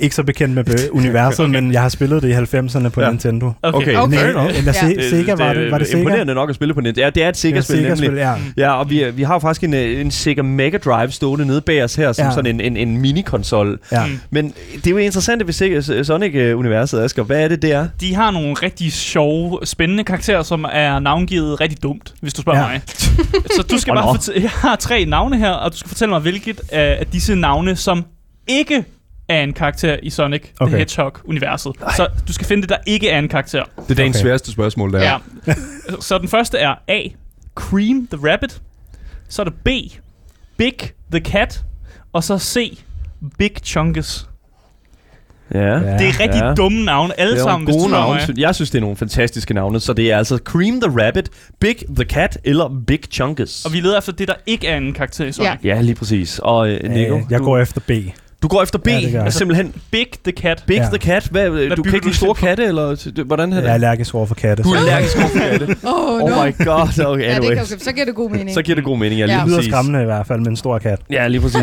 Speaker 5: ikke så bekendt med øh, universet, okay. men jeg har spillet det i 90'erne på
Speaker 2: Ja.
Speaker 5: ja. Nintendo.
Speaker 2: Okay.
Speaker 4: Okay.
Speaker 5: Næ-
Speaker 2: enough.
Speaker 5: Eller
Speaker 4: Ja.
Speaker 5: Se, Sega var det, var det Sega?
Speaker 2: imponerende nok at spille på Nintendo. Ja, det er et
Speaker 5: Det var
Speaker 2: Sega-spil, nemlig.
Speaker 5: Sega-spil, ja.
Speaker 2: Ja, og vi, vi har faktisk en, øh, en Sega Mega Drive stående nede bag os her, som ja.
Speaker 5: Ja.
Speaker 2: sådan en, en, en minikonsol.
Speaker 5: ja.
Speaker 3: Mm.
Speaker 2: Men det er jo interessant ved Sega- Sonic-universet, Asger. Hvad er det, det er?
Speaker 3: De har nogle rigtig sjove, spændende karakterer, som er navngivet rigtig dumt, hvis du spørger ja.
Speaker 5: Ja.
Speaker 3: mig. Så du skal
Speaker 2: Hold
Speaker 3: bare
Speaker 2: op.
Speaker 3: fortælle... Jeg har tre navne her, og du skal fortælle mig, hvilket af af disse navne, som ikke er en karakter i Sonic okay. the
Speaker 5: Okay.
Speaker 3: Hedgehog-universet. Så du skal finde det, der ikke er en karakter.
Speaker 6: Det er dagens
Speaker 5: Okay.
Speaker 6: sværeste spørgsmål, der.
Speaker 3: Ja. Så den første er A. Cream the Rabbit. Så er det B. Big the Cat. Og så C. Big Chungus.
Speaker 2: Ja.
Speaker 5: Ja.
Speaker 3: Det er rigtig
Speaker 2: ja.
Speaker 3: dumme navne, alle
Speaker 2: Det er
Speaker 3: sammen,
Speaker 2: nogle gode
Speaker 3: hvis du spørger
Speaker 2: navne.
Speaker 3: mig.
Speaker 2: Sy- Jeg synes, det er nogle fantastiske navne. Så det er altså Cream the Rabbit, Big the Cat eller Big Chunkus.
Speaker 3: Og vi leder efter det, der ikke er en karakter i Sonic.
Speaker 4: Ja.
Speaker 2: Ja, lige præcis. Og øh, Nico,
Speaker 5: Øh, jeg
Speaker 2: du,
Speaker 5: går efter B.
Speaker 2: du går efter B.
Speaker 5: Ja, det gør
Speaker 2: Ja,
Speaker 5: jeg.
Speaker 2: simpelthen
Speaker 3: Big the Cat.
Speaker 2: Big
Speaker 5: Ja.
Speaker 2: the Cat. Hvad, Hvad du
Speaker 3: bygger
Speaker 2: kan ikke
Speaker 3: du
Speaker 2: lide store
Speaker 3: selv på?
Speaker 2: katte, eller hvordan
Speaker 5: Jeg
Speaker 2: hedder
Speaker 5: er
Speaker 2: det?
Speaker 5: allergisk over for katte.
Speaker 2: Du er
Speaker 5: så-
Speaker 2: allergisk over for katte.
Speaker 4: Åh, oh,
Speaker 2: Oh
Speaker 4: no.
Speaker 2: my god. Okay,
Speaker 4: Ja, det
Speaker 2: anyway.
Speaker 4: kan, okay, så giver det god mening.
Speaker 2: Så giver det god mening, ja,
Speaker 4: Ja.
Speaker 2: lige
Speaker 5: det lyder
Speaker 2: præcis.
Speaker 5: skræmmende i hvert fald med en stor kat.
Speaker 2: Ja, lige præcis.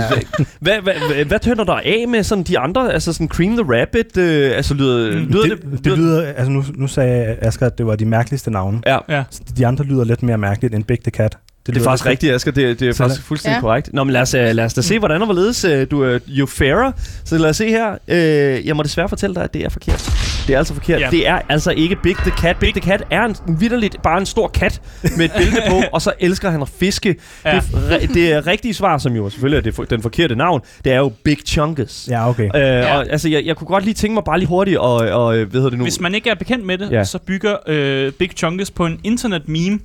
Speaker 2: Hvad, hvad, hvad, hvad tønder der af med sådan de andre? Altså sådan Cream the Rabbit, øh, altså lyder,
Speaker 3: Mm.
Speaker 2: lyder
Speaker 5: det, det, lyder, altså nu, nu sagde Asger, at det var de mærkeligste navne.
Speaker 2: Ja,
Speaker 3: Ja.
Speaker 5: De andre lyder lidt mere mærkeligt end Big the Cat.
Speaker 2: det, det er faktisk rigtigt, Asger. Det, det er
Speaker 5: Sådan.
Speaker 2: faktisk fuldstændig
Speaker 4: Ja.
Speaker 2: ja. korrekt. Nå, men lad os, øh, lad os da se, hvordan og hvorledes øh, du er jo fairer. Så lad os se her. Øh, Jeg må desværre fortælle dig, at det er forkert. Det er altså forkert.
Speaker 3: Ja.
Speaker 2: Ja. Det er altså ikke Big the Cat. Big, the Cat er en, vidderligt bare en stor kat med et bælte på, og så elsker han at fiske.
Speaker 3: Ja.
Speaker 2: Ja. Det, re- det er rigtige svar, som jo selvfølgelig er det, for- den forkerte navn, det er jo Big Chunkus.
Speaker 5: Ja, okay.
Speaker 2: Øh,
Speaker 3: Ja.
Speaker 2: ja. og, altså, jeg, jeg kunne godt lige tænke mig bare lige hurtigt og, og øh, hvad hedder det nu?
Speaker 3: Hvis man ikke er bekendt med det, ja.
Speaker 2: Ja.
Speaker 3: så bygger øh, Big Chungus på en internet-meme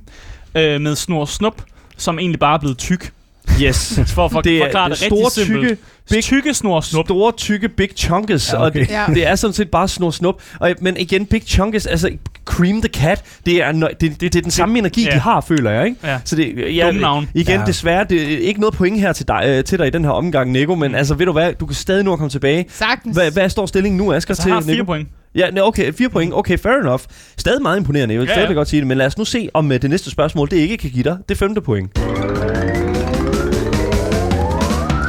Speaker 3: øh, med Snor Snup, som egentlig bare er blevet tyk.
Speaker 2: yes.
Speaker 3: For at for-
Speaker 2: Det er
Speaker 3: forklare det,
Speaker 2: det
Speaker 3: rigtig
Speaker 2: store,
Speaker 3: simpelt.
Speaker 2: tykke, big-
Speaker 3: tykke Snor Snup.
Speaker 2: Store, tykke Big Chunkus.
Speaker 5: Ja,
Speaker 2: Ja, okay. Og
Speaker 5: okay.
Speaker 2: det,
Speaker 4: Ja.
Speaker 2: ja. det er sådan set bare snor snup. Og, men igen, Big Chunkus, altså Cream the Cat, det er, nø- det, det, det er den samme energi,
Speaker 3: ja.
Speaker 2: ja. de har, føler jeg, ikke?
Speaker 3: Ja.
Speaker 2: Så det, ja,
Speaker 3: Dumme navn.
Speaker 2: Igen,
Speaker 5: Ja.
Speaker 2: ja. desværre, det er ikke noget point her til dig, øh, til dig i den her omgang, Nico,
Speaker 3: Mm.
Speaker 2: men altså, ved du hvad, du kan stadig nå at komme tilbage.
Speaker 4: Sagtens.
Speaker 2: Hvad, hvad står stillingen nu, Asger,
Speaker 3: Så
Speaker 2: til
Speaker 3: Altså, har fire
Speaker 2: Nico?
Speaker 3: point. Mm.
Speaker 2: Ja, nej, okay, fire point. Okay, fair enough. Stadig meget imponerende, jeg vil
Speaker 3: Ja,
Speaker 2: ja,
Speaker 3: ja.
Speaker 2: stadig godt sige det, men lad os nu se, om øh, det næste spørgsmål, det ikke kan give dig det femte point.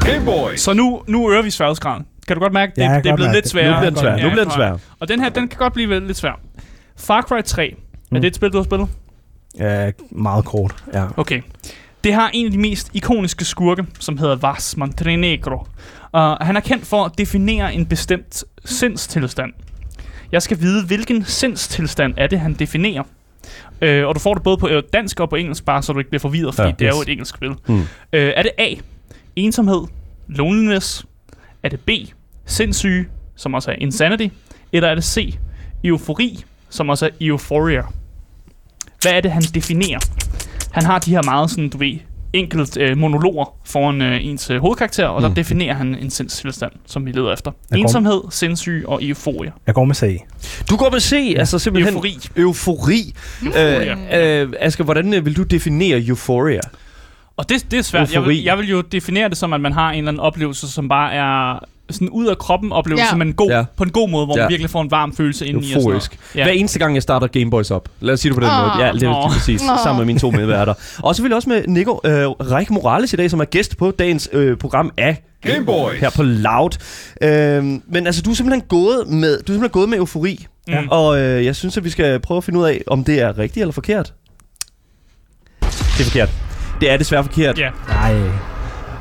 Speaker 1: Hey boys.
Speaker 3: Så nu, nu øger vi sværhedsgraden. Kan du godt mærke, det,
Speaker 5: Ja, jeg
Speaker 3: ja,
Speaker 5: kan
Speaker 3: det er
Speaker 5: godt
Speaker 3: blevet
Speaker 5: mærke
Speaker 3: lidt
Speaker 5: det.
Speaker 3: sværere.
Speaker 2: Nu bliver den svær.
Speaker 3: Ja,
Speaker 2: Nu bliver den svær.
Speaker 3: Og den her, den kan godt blive lidt svær. Far Cry 3. Mm. Er det et spil, du har spillet?
Speaker 5: Ja, meget kort. Ja.
Speaker 3: Okay. Det har en af de mest ikoniske skurke, som hedder Vas Montenegro. Og han er kendt for at definere en bestemt sindstilstand. Jeg skal vide, hvilken sindstilstand er det, han definerer. Øh, og du får det både på øh, dansk og på engelsk, bare så du ikke bliver forvirret, fordi ja,
Speaker 2: Ja,
Speaker 3: det er jo
Speaker 2: yes.
Speaker 3: et engelsk spil.
Speaker 2: Mm.
Speaker 3: Øh, er det A. Ensomhed. Loneliness. Er det B. Sindssyge, som også er insanity. Eller er det C. Eufori, som også er euphoria. Hvad er det, han definerer? Han har de her meget sådan, du ved, enkelt øh, monologer foran øh, ens øh, hovedkarakter, og der
Speaker 2: Mm.
Speaker 3: definerer han en sindstilstand, som vi leder efter.
Speaker 5: Jeg går-
Speaker 3: Ensomhed, sindssyge og euforia.
Speaker 5: Jeg går med C.
Speaker 2: Du går med C, altså simpelthen...
Speaker 3: Eufori.
Speaker 2: Eufori. Øh, øh, Asger, hvordan øh, vil du definere euphoria?
Speaker 3: Og det, det er svært. Jeg vil,
Speaker 2: Eufori.
Speaker 3: jeg vil jo definere det som, at man har en eller anden oplevelse, som bare er sådan ud af kroppen oplevelse,
Speaker 4: Ja.
Speaker 3: ja. men god, ja.
Speaker 6: Ja.
Speaker 3: på en god måde, hvor ja.
Speaker 6: Ja.
Speaker 3: man virkelig får en varm følelse indeni. og sådan noget.
Speaker 6: Euforisk.
Speaker 3: Ja.
Speaker 6: Ja. Hver eneste gang, jeg starter Game Boys op. Lad os sige det på den
Speaker 4: Åh.
Speaker 6: måde.
Speaker 2: Ja, det er
Speaker 3: Nå.
Speaker 2: oh. præcis.
Speaker 4: Nå.
Speaker 2: Oh. Sammen med mine to medværter. Og selvfølgelig også med Nico øh, Reik Morales i dag, som er gæst på dagens øh, program af
Speaker 1: Game Boys.
Speaker 2: her på Loud. Øh, men altså, du er simpelthen gået med, du er simpelthen gået med eufori.
Speaker 3: Ja.
Speaker 2: Ja. Og øh, jeg synes, at vi skal prøve at finde ud af, om det er rigtigt eller forkert. Det er forkert. Det er desværre forkert.
Speaker 3: Ja.
Speaker 5: Nej.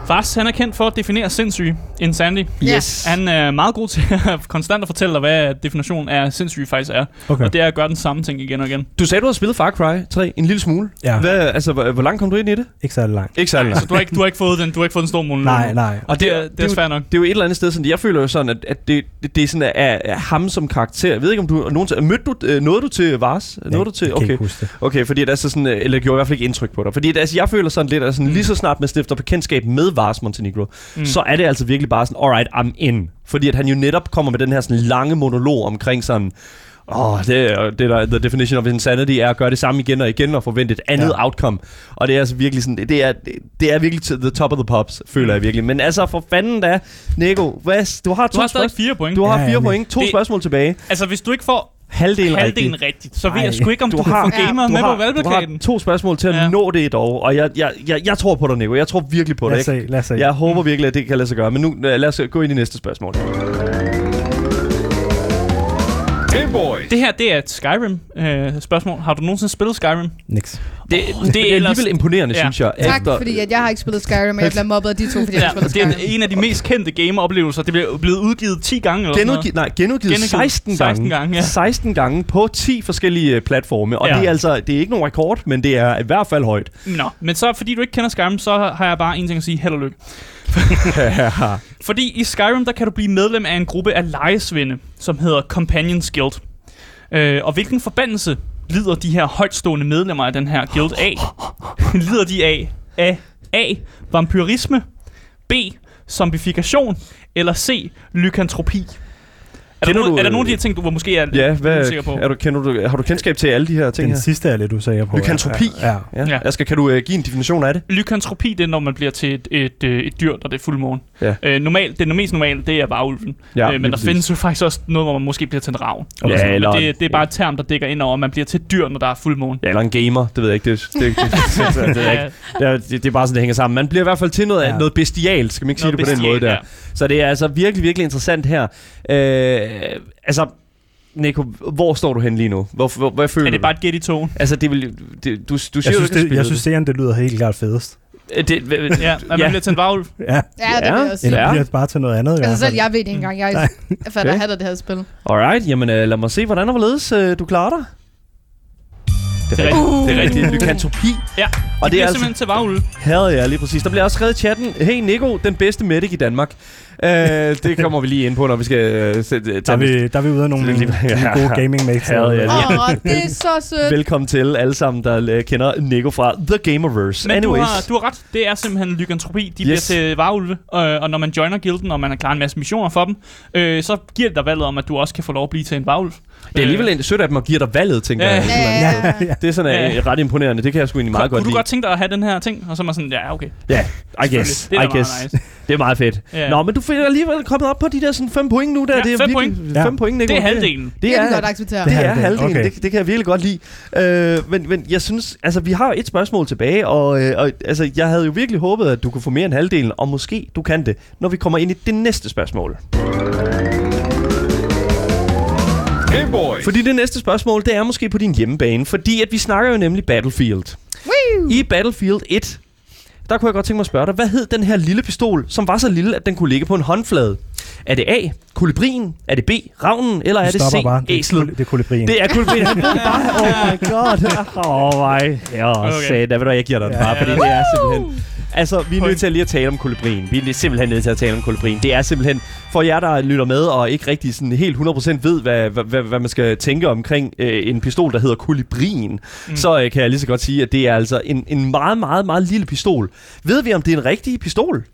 Speaker 3: Fars, han er kendt for at definere sindssyge. Insanity.
Speaker 4: Ja.
Speaker 2: Yes.
Speaker 3: Han er meget god til at konstant at fortælle dig, hvad definitionen af sindssyge faktisk er.
Speaker 5: Okay.
Speaker 3: Og det er at gøre den samme ting igen og igen.
Speaker 2: Du sagde, du havde spillet Far Cry 3 en lille smule.
Speaker 5: Ja.
Speaker 2: Hvad, altså, hvor, hvor langt kom du ind i det?
Speaker 5: Ikke særlig langt.
Speaker 2: Ikke særlig
Speaker 3: Så du har ikke, du har ikke fået den, du har ikke fået den store måned.
Speaker 2: Mm.
Speaker 5: Nej, nej.
Speaker 3: Og det, er- det, det er
Speaker 2: jo-
Speaker 3: svært nok.
Speaker 2: det er jo et eller andet sted, sådan, jeg føler jo sådan, at, at det, det, det er sådan, at, at ham som karakter, jeg ved ikke, om du nogensinde, mødte du, øh, nåede du til Vars? Nåede du til,
Speaker 5: Jeg kan
Speaker 2: okay,
Speaker 5: ikke huske det.
Speaker 2: altså, okay, fordi det er så sådan, øh, eller gjorde i hvert fald ikke indtryk på dig, fordi det, altså, jeg føler sådan lidt, at sådan, lige så snart man stifter bekendtskab med Vars Montenegro, mm. så er det altså virkelig bare sådan, alright, I'm in. Fordi at han jo netop kommer med den her sådan lange monolog omkring sådan, Åh, oh, det, er- det der, the definition of insanity er at gøre det samme igen og igen og forvente et andet ja. outcome. Og det er altså virkelig sådan, det er, det- det er virkelig to the top of the pops, føler jeg virkelig. Men altså, for fanden da, Nico, hvad, du har to
Speaker 3: Du har stadig
Speaker 2: spørgsmål.
Speaker 3: fire point.
Speaker 2: Du har
Speaker 5: Ja,
Speaker 2: fire
Speaker 5: ja, men-
Speaker 2: point, to
Speaker 3: Det-
Speaker 2: spørgsmål tilbage.
Speaker 3: Altså, hvis du ikke får
Speaker 2: Halvdelen, rigtigt.
Speaker 3: halvdelen rigtigt, så ved jeg sgu ikke, om du,
Speaker 2: Du
Speaker 3: du har,
Speaker 2: har-
Speaker 3: kan få gameren
Speaker 2: du
Speaker 3: med
Speaker 2: har,
Speaker 3: på
Speaker 2: du har
Speaker 3: valgplakaten.
Speaker 2: to spørgsmål til at
Speaker 3: Ja.
Speaker 2: ja. nå det dog, og jeg, jeg, jeg, jeg tror på dig, Nico. Jeg tror virkelig på
Speaker 5: Lad
Speaker 2: dig.
Speaker 5: os se,
Speaker 2: Ikke?
Speaker 5: lad os se.
Speaker 2: Jeg håber virkelig, at det kan lade sig gøre. Men nu øh, lad os gå ind i næste spørgsmål.
Speaker 1: Game Boy.
Speaker 3: Det her, det er et Skyrim-spørgsmål. har du nogensinde spillet Skyrim?
Speaker 5: Niks.
Speaker 3: Det,
Speaker 2: Det er alligevel imponerende,
Speaker 3: Ja.
Speaker 2: synes jeg.
Speaker 4: Tak, fordi at jeg har ikke spillet Skyrim, og jeg bliver mobbet af de to, fordi jeg
Speaker 3: Ja,
Speaker 4: har spillet
Speaker 3: det er
Speaker 4: Skyrim.
Speaker 3: en af de mest kendte gameoplevelser. Det blev blevet udgivet 10 gange eller sådan
Speaker 2: Genudgivet, nej, genudgivet,
Speaker 3: Genudgivet
Speaker 2: 16 gange.
Speaker 3: 16 gange, ja.
Speaker 2: 16 gange på 10 forskellige øh, platforme. Og
Speaker 3: Ja.
Speaker 2: ja. det er altså, det er ikke nogen rekord, men det er i hvert fald højt.
Speaker 3: noget. Nå, men så fordi du ikke kender Skyrim, så har jeg bare en ting at sige. Held og lykke. Fordi i Skyrim, der kan du blive medlem af en gruppe af lejesvende, som hedder Companions Guild. Øh, og hvilken forbandelse lider de her højtstående medlemmer af den her guild af? lider de af, af A. Vampyrisme, B. Zombifikation, eller C. Lykantropi? Er der,
Speaker 2: Kender
Speaker 3: nogen,
Speaker 2: du,
Speaker 3: er der nogen af de
Speaker 2: øh,
Speaker 3: her ting, du hvor måske er
Speaker 2: ja,
Speaker 3: lidt
Speaker 2: hvad,
Speaker 3: usikker på?
Speaker 2: er du, kender du, har du kendskab til alle de her ting
Speaker 5: Den
Speaker 2: her?
Speaker 5: sidste er lidt usikker på.
Speaker 2: Lykantropi.
Speaker 5: Ja. ja.
Speaker 2: Ja.
Speaker 3: Ja.
Speaker 2: ja. Asger, kan du øh, give en definition af det?
Speaker 3: Lykantropi, det er, når man bliver til et, et, øh, et dyr, der det er fuldmåne.
Speaker 2: Ja.
Speaker 3: Øh, normalt, det mest normale, det er bare ulven.
Speaker 2: Ja,
Speaker 3: øh,
Speaker 2: lige
Speaker 3: men der
Speaker 2: præcis.
Speaker 3: findes jo faktisk også noget, hvor man måske bliver til en ravn.
Speaker 2: Ja,
Speaker 3: sådan noget.
Speaker 2: eller-
Speaker 3: Altså, Men det, det er bare et term, der dækker ind over, at man bliver til et dyr, når der er fuldmåne.
Speaker 2: Ja, eller en gamer, det ved jeg ikke. Det, det, det, det, det, det, er ikke. det, er- det, det er bare sådan, det hænger sammen. Man bliver i hvert fald til noget,
Speaker 5: Ja.
Speaker 2: ja. noget bestialt, skal man ikke sige
Speaker 3: Noget
Speaker 2: det på den
Speaker 3: bestialt,
Speaker 2: måde der.
Speaker 3: ja.
Speaker 2: Ja. Så det er altså virkelig, virkelig interessant her. Øh, altså, Nico, hvor står du hen lige nu? Hvor, hvor, hvad føler
Speaker 3: Er det
Speaker 2: du?
Speaker 3: bare et gæt i togen?
Speaker 2: Altså, det vil, det, du, du siger,
Speaker 5: Jeg
Speaker 2: jo,
Speaker 5: synes,
Speaker 2: du ikke
Speaker 5: det, jeg synes serien, det lyder helt klart fedest.
Speaker 2: Øh, det, det, det,
Speaker 3: Ja, at man
Speaker 2: Ja.
Speaker 3: bliver til en varulv.
Speaker 5: Ja.
Speaker 4: Ja, det vil jeg også sige.
Speaker 5: Eller
Speaker 2: Ja.
Speaker 5: bliver det bare til noget andet i hvert
Speaker 4: Altså selv
Speaker 5: fald.
Speaker 4: jeg ved det ikke engang. Jeg,
Speaker 5: Nej.
Speaker 4: jeg fatter
Speaker 2: Okay.
Speaker 4: hatter det her spil. Uh,
Speaker 2: Alright, jamen øh, lad mig se, hvordan og hvorledes øh, du klarer dig. Uh. Det er rigtigt. Det er rigtigt. Lykantropi.
Speaker 3: Ja,
Speaker 2: Og
Speaker 3: Og
Speaker 2: det
Speaker 3: det
Speaker 2: er
Speaker 3: er
Speaker 2: altså-
Speaker 3: simpelthen til varulv.
Speaker 2: Havde jeg lige præcis. Der bliver også skrevet i chatten, hey Nico, den bedste medic i Danmark. Øh, det kommer vi lige ind på, når vi skal øh, sætte, øh,
Speaker 5: Der
Speaker 2: tage
Speaker 5: er,
Speaker 2: vi...
Speaker 5: vi, der er vi ude af nogle,
Speaker 2: Det er lige-
Speaker 5: nogle gode gaming mates.
Speaker 2: Ja, ja, ja.
Speaker 4: Åh, oh, det er så sødt.
Speaker 2: Velkommen til alle sammen, der øh, kender Nico fra The Gamerverse.
Speaker 3: Men du
Speaker 2: Anyways.
Speaker 3: har, du har ret, det er simpelthen lykantropi. De yes. bliver
Speaker 2: Yes.
Speaker 3: til varulve, øh, og når man joiner gilden, og man har klaret en masse missioner for dem, øh, så giver det dig valget om, at du også kan få lov at blive til en varulv. Øh,
Speaker 2: Det er alligevel en sødt af dem at give dig valget, tænker
Speaker 3: Ja.
Speaker 2: jeg.
Speaker 4: Ja,
Speaker 2: et eller andet
Speaker 4: ja,
Speaker 2: sted.
Speaker 4: ja.
Speaker 2: Det er sådan øh, ret imponerende. Det kan jeg sgu egentlig meget
Speaker 3: Kunne
Speaker 2: godt
Speaker 3: du
Speaker 2: lide.
Speaker 3: godt tænke dig at have den her ting? Og så er man sådan, ja, okay.
Speaker 2: Ja, I
Speaker 3: Selvfølgelig.
Speaker 2: guess.
Speaker 3: Det er da
Speaker 2: I guess.
Speaker 3: meget nice.
Speaker 2: Det er meget fedt.
Speaker 3: Ja.
Speaker 2: Ja. Nå, men du er alligevel kommet op på de der sådan fem point nu. Der.
Speaker 3: Ja,
Speaker 2: det er
Speaker 3: fem
Speaker 2: virkelig-
Speaker 3: point.
Speaker 5: Ja.
Speaker 2: Fem point, Nico.
Speaker 3: Det er halvdelen.
Speaker 4: Det
Speaker 2: Det
Speaker 4: kan vi
Speaker 2: er,
Speaker 4: godt acceptere.
Speaker 2: det er
Speaker 5: Halvdelen,
Speaker 2: halvdelen.
Speaker 5: okay.
Speaker 2: Okay. Det, det kan jeg virkelig godt lide. Øh, men, men jeg synes, altså vi har jo et spørgsmål tilbage, og, øh, og altså, jeg havde jo virkelig håbet, at du kunne få mere end halvdelen, og måske du kan det, når vi kommer ind i det næste spørgsmål.
Speaker 1: Game Boy.
Speaker 2: Fordi det næste spørgsmål, det er måske på din hjemmebane, fordi at vi snakker jo nemlig Battlefield.
Speaker 4: Woo!
Speaker 2: I Battlefield 1, der kunne jeg godt tænke mig at spørge dig, hvad hed den her lille pistol, som var så lille, at den kunne ligge på en håndflade? Er det A, kolibrien? Er det B, ravnen? Eller er
Speaker 5: Du
Speaker 2: det
Speaker 5: stopper
Speaker 2: C,
Speaker 5: bare. Det er
Speaker 2: æslet?
Speaker 5: kul- Det er kolibrien.
Speaker 2: Det er kolibrien. Han ved det bare. Oh my god. Oh my. Ja,
Speaker 3: Okay.
Speaker 2: okay. satan. Ved du, hvad, jeg giver dig den bare,
Speaker 3: Ja,
Speaker 2: fordi
Speaker 3: ja,
Speaker 2: det er simpelthen... Altså, vi er
Speaker 3: Point.
Speaker 2: nødt til at lige at tale om kolibrien. Vi er simpelthen nødt til at tale om kolibrien. Det er simpelthen, for jer, der lytter med og ikke rigtig sådan helt 100% ved, hvad, hvad, hvad, hvad man skal tænke omkring øh, en pistol, der hedder kolibrien, mm. så øh, kan jeg lige så godt sige, at det er altså en, en meget, meget, meget lille pistol. Ved vi, om det er en rigtig pistol?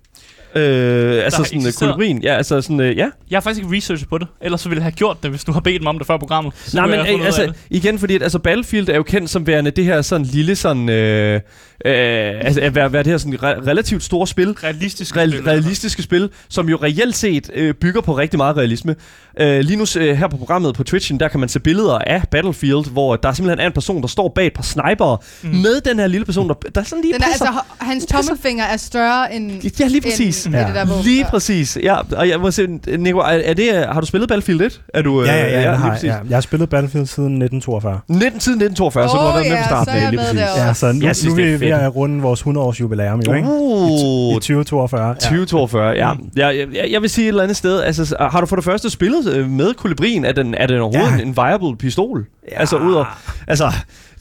Speaker 2: Øh, altså
Speaker 3: har
Speaker 2: sådan øh,
Speaker 3: eksisteret.
Speaker 2: kolibrien. Ja, altså sådan, øh, ja.
Speaker 3: Jeg har faktisk ikke researchet på det, ellers så ville jeg have gjort det, hvis du har bedt mig om det før programmet. Så
Speaker 2: Nej,
Speaker 3: kunne
Speaker 2: men
Speaker 3: jeg have fundet
Speaker 2: øh,
Speaker 3: ud af
Speaker 2: altså,
Speaker 3: det.
Speaker 2: igen, fordi at, altså, Battlefield er jo kendt som værende det her sådan lille sådan... Øh, øh, altså, at være, være det her sådan re- relativt store spil.
Speaker 3: Realistisk
Speaker 2: Real,
Speaker 3: spil,
Speaker 2: realistiske spil, som jo reelt set øh, bygger på rigtig meget realisme. Øh, lige nu øh, her på programmet på Twitchen, der kan man se billeder af Battlefield, hvor der simpelthen er en person, der står bag et par snipere mm. med den her lille person, der, der sådan lige
Speaker 4: Den er,
Speaker 2: passer.
Speaker 4: altså, ho- hans tommelfinger er større end...
Speaker 2: Ja, lige præcis.
Speaker 4: End,
Speaker 5: Ja.
Speaker 4: ja. Det der våben
Speaker 2: Lige
Speaker 4: der.
Speaker 2: præcis. Ja, og jeg må se, Nico, er, er det, har du spillet Battlefield 1? Er du, øh,
Speaker 5: Ja, ja, ja,
Speaker 2: lige
Speaker 5: jeg, har,
Speaker 2: præcis.
Speaker 5: ja. jeg har spillet Battlefield siden 1942.
Speaker 2: 19, siden 1942, så du har
Speaker 4: Åh,
Speaker 2: været med
Speaker 4: ja,
Speaker 2: fra starten
Speaker 4: så er jeg
Speaker 2: af, lige
Speaker 4: med
Speaker 2: præcis.
Speaker 4: der.
Speaker 5: Ja, så nu,
Speaker 2: Jeg synes,
Speaker 5: nu
Speaker 2: det er
Speaker 5: er vi ved
Speaker 2: fedt.
Speaker 5: at runde vores 100 års jubilæum jo, ikke? I
Speaker 2: Uh,
Speaker 5: 2042. Ja. Mm.
Speaker 2: 2042, ja. ja jeg, jeg, jeg vil sige et eller andet sted, altså, s- har du for det første spillet øh, med kolibrien? Er den, er den overhovedet
Speaker 5: Ja.
Speaker 2: ja. en viable pistol? Ja. Altså, ud over, Altså,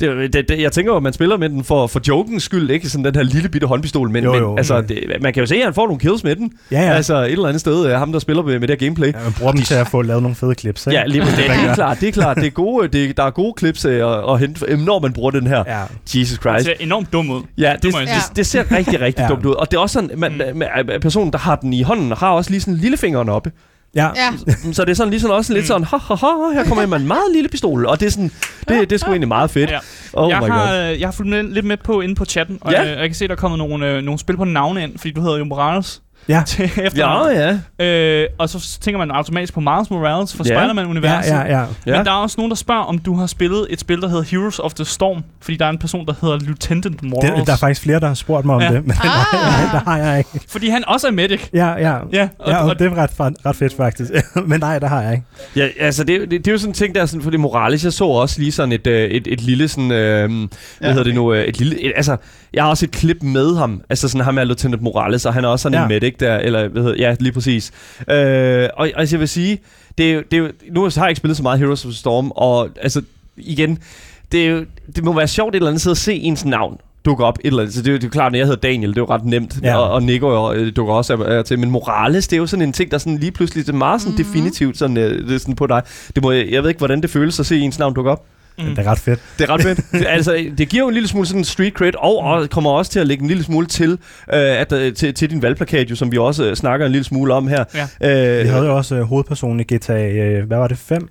Speaker 2: det, det, det, jeg tænker jo, at man spiller med den for, for jokens skyld, ikke? Sådan den her lille bitte håndpistol, men,
Speaker 5: Jo,
Speaker 2: jo, jo,
Speaker 5: jo.
Speaker 2: men altså,
Speaker 5: Mm.
Speaker 2: det, man kan jo se, at han får nogle kills med den.
Speaker 5: Ja, ja.
Speaker 2: Altså, et eller andet sted, øh, ham der spiller med, med det her gameplay.
Speaker 5: Ja, man bruger dem til at få lavet nogle fede clips, ikke?
Speaker 2: Ja, lige det, det,
Speaker 5: man
Speaker 2: er
Speaker 5: gør.
Speaker 2: klart, det er klart. Det er gode, det, der er gode klips øh, at, at hente, øh, når man bruger den her.
Speaker 5: ja.
Speaker 2: Jesus
Speaker 3: Det
Speaker 2: Christ.
Speaker 3: ser enormt dum ud.
Speaker 2: Ja, det,
Speaker 3: må jeg
Speaker 2: det,
Speaker 4: sige.
Speaker 2: det, det ser rigtig, rigtig
Speaker 5: Ja.
Speaker 2: dumt ud. Og det er også sådan, man,
Speaker 3: Mm.
Speaker 2: man, man, personen, der har den i hånden, har også lige sådan lillefingeren oppe.
Speaker 5: Ja.
Speaker 4: Ja.
Speaker 2: Så det er sådan lige sådan også lidt
Speaker 3: Mm.
Speaker 2: sådan, ha, ha, ha, her kommer en med en meget lille pistol. Og det er sådan, det, det er sgu egentlig meget fedt.
Speaker 3: Ja.
Speaker 2: Oh
Speaker 3: jeg,
Speaker 2: my god.
Speaker 3: har, øh, jeg har fulgt med, lidt med på inde på chatten, og
Speaker 2: Ja.
Speaker 3: ja. øh, jeg kan se, der er kommet nogle, øh, nogle spil på navne ind, fordi du hedder jo Morales.
Speaker 5: Ja.
Speaker 3: til
Speaker 2: Ja,
Speaker 3: efternavn.
Speaker 2: ja.
Speaker 3: Øh, og så tænker man automatisk på Miles Morales fra
Speaker 2: Ja.
Speaker 5: Ja,
Speaker 3: Spider-Man-universet.
Speaker 5: ja, ja.
Speaker 2: Ja.
Speaker 3: Men der er også nogen, der spørger, om du har spillet et spil, der hedder Heroes of the Storm, fordi der er en person, der hedder Lieutenant Morales.
Speaker 5: Det, der er faktisk flere, der har spurgt mig om
Speaker 3: Ja.
Speaker 5: ja. det, men
Speaker 4: Ah.
Speaker 5: nej, der har jeg ikke.
Speaker 3: Fordi han også er medic.
Speaker 5: Ja, ja.
Speaker 3: Ja, og,
Speaker 5: Ja,
Speaker 3: og,
Speaker 5: og det er ret, fa- ret fedt faktisk. men nej, der har jeg ikke.
Speaker 2: Ja, altså det, er jo- det, det er jo sådan en ting, der er sådan, fordi Morales, jeg så også lige sådan et, øh, et, et lille sådan, øh, hvad ja. hedder det nu, øh, et lille, et, altså, jeg har også et klip med ham, altså sådan ham er Lieutenant Morales, og han er også sådan ja.
Speaker 5: Ja.
Speaker 2: en medic der, eller hvad hedder, ja, lige præcis. Øh, og, og altså, jeg vil sige, det er, jo- det er, jo- nu har jeg ikke spillet så meget Heroes of the Storm, og altså, igen, det, er jo, det må være sjovt et eller andet sted at se ens navn dukke op et eller andet. Så det er jo, det er jo klart, når jeg hedder Daniel, det er jo ret nemt. Ja.
Speaker 5: Ja.
Speaker 2: Og, og Nico øh, dukker også af, af til. Men Morales, det er jo sådan en ting, der sådan lige pludselig det er meget sådan
Speaker 3: Mhm.
Speaker 2: mm-hmm. definitivt sådan, øh, det er sådan på dig. Det må, jeg ved ikke, hvordan det føles at se ens navn dukke op.
Speaker 5: Det er ret fedt.
Speaker 2: Det er ret fedt. Det- altså, det giver jo en lille smule sådan street cred, og, og kommer også til at lægge en lille smule til, øh, at, øh, til, til din valgplakat, jo, som vi også øh, snakker en lille smule om her.
Speaker 3: Ja.
Speaker 5: Vi
Speaker 2: Øh,
Speaker 5: havde jo også øh, hovedpersonen i GTA, øh, hvad var det, 5?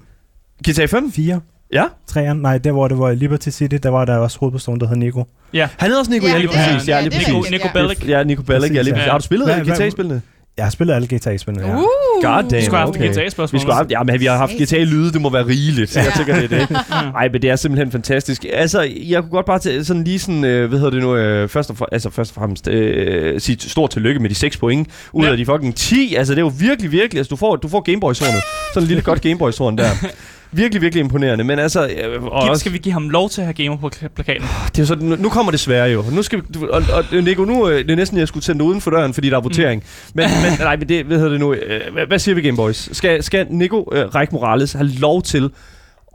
Speaker 2: GTA 5?
Speaker 5: 4?
Speaker 2: Ja.
Speaker 5: 3'eren? Nej, der hvor det var i Liberty City, der var der også hovedpersonen, der hed Nico.
Speaker 2: Han hedder også Nico, ja, ja
Speaker 4: Ah.
Speaker 2: lige
Speaker 3: det er
Speaker 2: præcis. Ja,
Speaker 3: han.
Speaker 2: lige
Speaker 3: Ja, det er
Speaker 2: præcis.
Speaker 3: Nico Bellic.
Speaker 2: Ja, Nico Bellic, ja, lige
Speaker 5: Præcis,
Speaker 2: præcis.
Speaker 3: ja.
Speaker 2: Har du spillet
Speaker 5: Hvad- hvad-
Speaker 2: GTA-spillene?
Speaker 5: Jeg har spillet alle GTA-spillene, ja.
Speaker 4: Uh.
Speaker 2: God damn.
Speaker 3: vi skulle have haft
Speaker 5: okay.
Speaker 2: Vi
Speaker 3: GTA-spørgsmål.
Speaker 2: skulle have, ja, men vi har haft
Speaker 4: Jesus.
Speaker 2: GTA-lyde, det må være rigeligt. Ja. Jeg
Speaker 4: Ja.
Speaker 2: tænker, det er det. Nej, men det er simpelthen fantastisk. Altså, jeg kunne godt bare tage sådan lige sådan, øh, hvad hedder det nu, øh, først, og for, altså, først og fremmest øh, sige stort tillykke med de 6 point ud
Speaker 3: Ja.
Speaker 2: ja. af de fucking 10. Altså, det er jo virkelig, virkelig, altså, du får, du får Gameboy-sornet. Sådan en lille godt Gameboy-sorn der. Virkelig, virkelig imponerende, men altså... Øh, og
Speaker 3: Giv,
Speaker 2: også,
Speaker 3: skal vi give ham lov til at have gamer på pla- plakaten?
Speaker 2: det er jo sådan, nu- nu kommer det svære jo. Nu skal vi, du- og, og øh, Nico, nu øh, det er næsten, jeg skulle tænde dig uden for døren, fordi der er votering. Mm. Men, men nej, men det, hvad hedder det nu? Øh, Hvad, hvad siger vi, Gameboys? Skal, skal Nico øh, Ræk Morales have lov til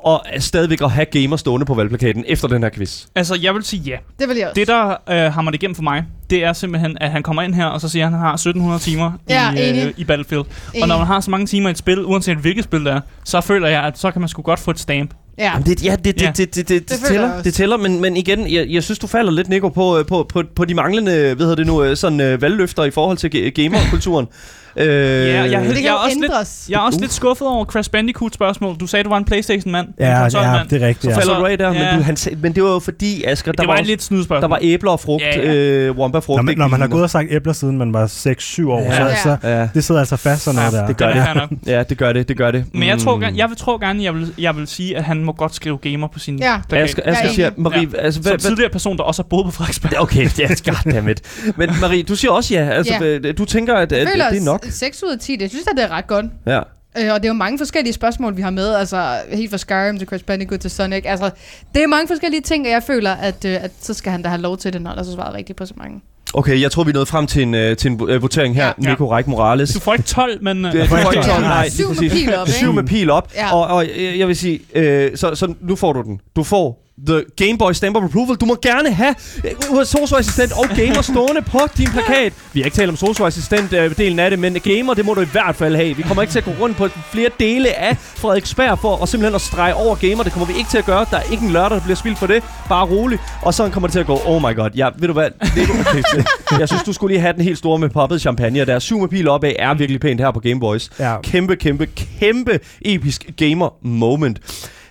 Speaker 2: at øh, stadigvæk at have gamer stående på valgplakaten efter den her quiz?
Speaker 3: Altså, jeg vil sige ja.
Speaker 4: Det vil jeg også.
Speaker 3: Det, der øh, hammer det igennem for mig, det er simpelthen, at han kommer ind her, og så siger han, at han har 1700 timer
Speaker 4: Ja,
Speaker 3: i, øh,
Speaker 4: enig.
Speaker 3: i Battlefield.
Speaker 4: Enig.
Speaker 3: Og når man har så mange timer i et spil, uanset hvilket spil det er, så føler jeg, at så kan man sgu godt få et stamp.
Speaker 4: Ja.
Speaker 2: Jamen det, ja, det, det,
Speaker 3: Ja.
Speaker 2: det, det, det, det,
Speaker 4: føler jeg
Speaker 2: tæller,
Speaker 4: også.
Speaker 2: det tæller, men, men igen, jeg, jeg synes, du falder lidt, Nico, på, øh, på, på, på de manglende hvad hedder det nu, øh, sådan, øh, valgløfter i forhold til ga- gamerkulturen. øh,
Speaker 3: Ja, jeg er
Speaker 4: Det
Speaker 3: heldig-
Speaker 4: kan
Speaker 3: Jeg er
Speaker 4: jo
Speaker 3: også lidt-
Speaker 4: ændres.
Speaker 3: Jeg er også
Speaker 2: Uh.
Speaker 3: lidt skuffet over Crash Bandicoot-spørgsmål. Du sagde, du var en Playstation-mand.
Speaker 5: Ja,
Speaker 3: en
Speaker 5: ja,
Speaker 3: konsolmand.
Speaker 5: det er rigtigt.
Speaker 2: så
Speaker 5: Ja.
Speaker 2: falder
Speaker 3: så-
Speaker 2: du af der,
Speaker 3: ja.
Speaker 2: men, du, han, sag- men det var jo fordi, Asger, der
Speaker 3: det
Speaker 2: var,
Speaker 3: var
Speaker 2: også,
Speaker 3: et lidt snydspørgsmål.
Speaker 2: Der var æbler og frugt,
Speaker 3: Ja,
Speaker 2: ja,
Speaker 3: ja.
Speaker 2: ja. øh, womba-frugt.
Speaker 5: Når man,
Speaker 2: ikke?
Speaker 5: når man har gået og sagt æbler siden man var 6-7 år,
Speaker 2: Ja.
Speaker 5: så
Speaker 4: Ja.
Speaker 5: altså,
Speaker 2: Ja,
Speaker 5: det sidder altså fast sådan noget
Speaker 3: Ja,
Speaker 5: der.
Speaker 2: det
Speaker 3: Det
Speaker 2: gør
Speaker 3: er
Speaker 2: det.
Speaker 3: fair nok.
Speaker 2: ja, det gør det, det gør det.
Speaker 3: Men jeg
Speaker 2: Mm.
Speaker 3: tror gerne, jeg vil, tror gerne jeg, vil, jeg vil sige, at han må godt skrive gamer på sin
Speaker 4: Ja.
Speaker 3: plakat.
Speaker 2: Asger,
Speaker 4: Jeg er
Speaker 2: Asger
Speaker 4: enig.
Speaker 2: siger, Marie, ja. altså,
Speaker 3: Som
Speaker 2: hvad, hvad,
Speaker 3: tidligere person, der også har boet på Frederiksberg.
Speaker 2: Okay, ja, goddammit. Men Marie, du siger også ja. Altså,
Speaker 4: Ja.
Speaker 2: ja. Du tænker, at, at
Speaker 4: Jeg føler
Speaker 2: det er nok.
Speaker 4: 6 ud af 10, det synes jeg, det er ret godt.
Speaker 2: Ja.
Speaker 4: Øh, og det er jo mange forskellige spørgsmål, vi har med. Altså, helt fra Skyrim til Crash Bandicoot til Sonic. Altså, det er mange forskellige ting, og jeg føler, at, øh, at så skal han da have lov til det, når der så svaret rigtigt på så mange.
Speaker 2: Okay, jeg tror, vi er nået frem til en, øh, til en øh, votering her.
Speaker 3: Ja.
Speaker 2: Ja. Nico Reich Morales.
Speaker 3: Du får ikke 12, men... øh,
Speaker 2: Det- du får ikke
Speaker 5: Ja.
Speaker 2: tolv, nej, lige
Speaker 4: Syv med
Speaker 2: præcis.
Speaker 4: pil op, ikke?
Speaker 2: Syv med pil op.
Speaker 4: Ja.
Speaker 2: Og, og øh, jeg vil sige, øh, så, så nu får du den. Du får The Game Boy Stamp of Approval. Du må gerne have øh, sosu-assistent og gamer stående på din plakat. Vi har ikke talt om sosu-assistent-delen af det, men gamer, det må du i hvert fald have. Vi kommer ikke til at gå rundt på flere dele af Frederiksberg for at simpelthen at strege over gamer. Det kommer vi ikke til at gøre. Der er ikke en lørdag, der bliver spildt for det. Bare rolig. Og sådan kommer det til at gå, oh my god. Ja, ved du hvad? Det er okay. Jeg synes, du skulle lige have den helt store med poppet champagne. Og der er syv med pil opad, er virkelig pænt her på Game Boys.
Speaker 5: Ja.
Speaker 2: Kæmpe, kæmpe, kæmpe episk gamer moment.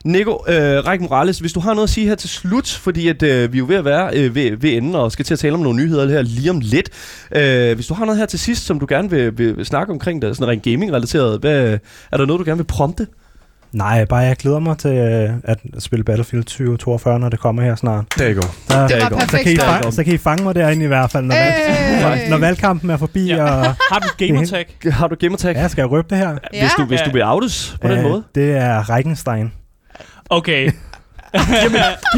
Speaker 2: Nico, øh, Ræk Morales, hvis du har noget at sige her til slut, fordi at, øh, vi er jo ved at være øh, ved, ved enden og skal til at tale om nogle nyheder her lige om lidt. Øh, hvis du har noget her til sidst, som du gerne vil, vil, vil snakke omkring, der er sådan rent gaming-relateret, hvad, er der noget, du gerne vil prompte?
Speaker 5: Nej, bare jeg glæder mig til øh, at spille Battlefield 2042, når det kommer her snart.
Speaker 2: Der går.
Speaker 5: Der,
Speaker 4: Det var
Speaker 2: godt.
Speaker 5: så, kan I
Speaker 4: perfekt.
Speaker 5: fange, så kan I fange mig derinde i hvert fald, når, valg,
Speaker 4: Øh.
Speaker 5: når valgkampen er forbi.
Speaker 3: Ja.
Speaker 5: Ja. Og,
Speaker 3: Har du gamertag?
Speaker 2: Har du gamertag?
Speaker 5: ja, skal jeg røbe det her?
Speaker 2: Hvis du, hvis
Speaker 3: Ja.
Speaker 2: du bliver outet på den
Speaker 5: Øh,
Speaker 2: måde.
Speaker 5: Det er Reichenstein.
Speaker 3: Okay.
Speaker 2: Giv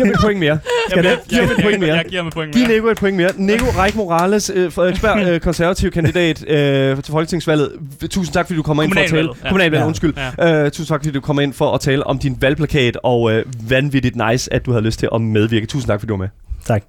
Speaker 2: mig et point mere. Skal det?
Speaker 3: jeg,
Speaker 2: Giver
Speaker 3: jeg,
Speaker 2: mig et point
Speaker 3: jeg, jeg,
Speaker 2: mere.
Speaker 3: jeg giver mig point
Speaker 2: Giv
Speaker 3: mere.
Speaker 2: Nico et point mere. Nico Reich Morales, øh, Frederiksberg, øh, konservativ kandidat øh, til Folketingsvalget. V- Tusind tak, fordi du kommer ind for at tale.
Speaker 3: Kommunalvalget, ja.
Speaker 2: Kommunalvalget,
Speaker 5: Ja.
Speaker 2: undskyld. Øh, tusind tak, fordi du kommer ind for at tale om din valgplakat, og øh, vanvittigt nice, at du havde lyst til at medvirke. Tusind tak, fordi du var med.
Speaker 5: Tak.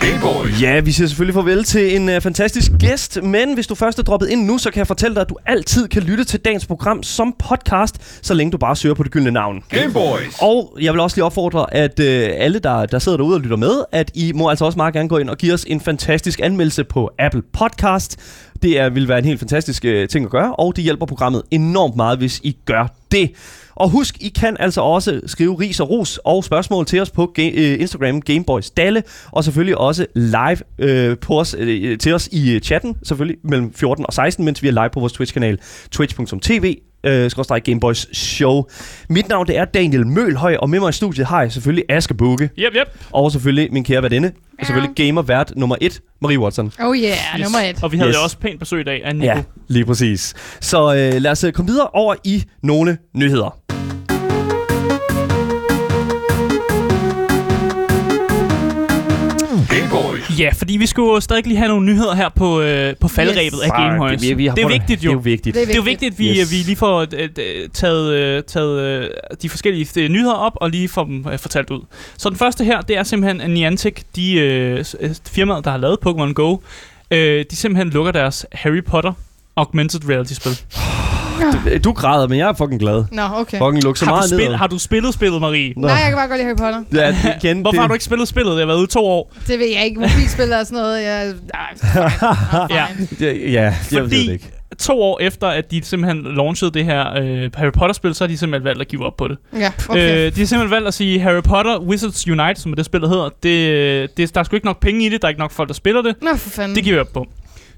Speaker 1: Game Boy.
Speaker 2: Ja, vi siger selvfølgelig farvel til en øh, fantastisk gæst, men hvis du først er droppet ind nu, så kan jeg fortælle dig, at du altid kan lytte til dagens program som podcast, så længe du bare søger på det gyldne navn.
Speaker 1: Game Boys.
Speaker 2: Og jeg vil også lige opfordre, at øh, alle, der, der sidder derude og lytter med, at I må altså også meget gerne gå ind og give os en fantastisk anmeldelse på Apple Podcast. Det er, vil være en helt fantastisk øh, ting at gøre, og det hjælper programmet enormt meget, hvis I gør det. Og husk, I kan altså også skrive ris og ros og spørgsmål til os på ga- øh, Instagram Gameboys Dalle, og selvfølgelig også live øh, på os, øh, til os i øh, chatten, selvfølgelig mellem 14 og 16, mens vi er live på vores Twitch-kanal twitch.tv øh, skråstreg Gameboys show. Mit navn det er Daniel Mølhøj, og med mig i studiet har jeg selvfølgelig Aske Bukke,
Speaker 3: Yep, yep.
Speaker 2: og selvfølgelig min kære værtinde, og selvfølgelig gamer-vært nummer et, Marie Watson.
Speaker 4: Oh yeah, nummer et.
Speaker 3: Og vi havde
Speaker 2: Yes.
Speaker 3: yes. jo også pænt besøg i dag af Nico.
Speaker 2: Ja, lige præcis. Så øh, lad os øh, komme videre over i nogle nyheder.
Speaker 1: Game Boy.
Speaker 3: Ja, fordi vi skulle jo stadig lige have nogle nyheder her på, øh, på faldrebet yes. af Gamehoys.
Speaker 2: Fuck, vi- vi har-
Speaker 3: det er
Speaker 2: prøv at-
Speaker 3: vigtigt jo.
Speaker 2: Det er vigtigt.
Speaker 3: Det er jo vigtigt, at vi,
Speaker 2: Yes.
Speaker 3: yes. vi lige får øh, øh, taget, øh, taget øh, de forskellige øh, nyheder op og lige får dem øh, fortalt ud. Så den første her, det er simpelthen at Niantic, de øh, s- øh, firmaet, der har lavet Pokémon Go, øh, de simpelthen lukker deres Harry Potter Augmented Reality-spil.
Speaker 2: Øh, Du, du græder, men jeg er fucking glad.
Speaker 4: Nå, okay.
Speaker 2: Fucking luk så
Speaker 3: Har,
Speaker 2: meget
Speaker 3: du
Speaker 2: ned.
Speaker 3: spil- har du spillet spillet, Marie?
Speaker 2: Nå.
Speaker 4: Nej, jeg kan bare godt lide Harry Potter.
Speaker 2: Ja, det, igen,
Speaker 3: Hvorfor
Speaker 2: det,
Speaker 3: har du ikke spillet spillet? Det har været ude i to år.
Speaker 4: Det ved jeg ikke. Mobilspil og sådan noget. Jeg, nej,
Speaker 3: Ja.
Speaker 2: Det, ja, jeg ved
Speaker 3: Fordi-
Speaker 2: det ikke.
Speaker 3: To år efter, at de simpelthen launchede det her øh, Harry Potter-spil, så har de simpelthen valgt at give op på det.
Speaker 4: ja, okay.
Speaker 3: Okay. Øh, de har simpelthen valgt at sige, Harry Potter Wizards Unite, som er det spillet hedder, det, øh, det, der er sgu ikke nok penge i det, der er ikke nok folk, der spiller det.
Speaker 4: Nå, for fanden.
Speaker 3: Det giver vi op på.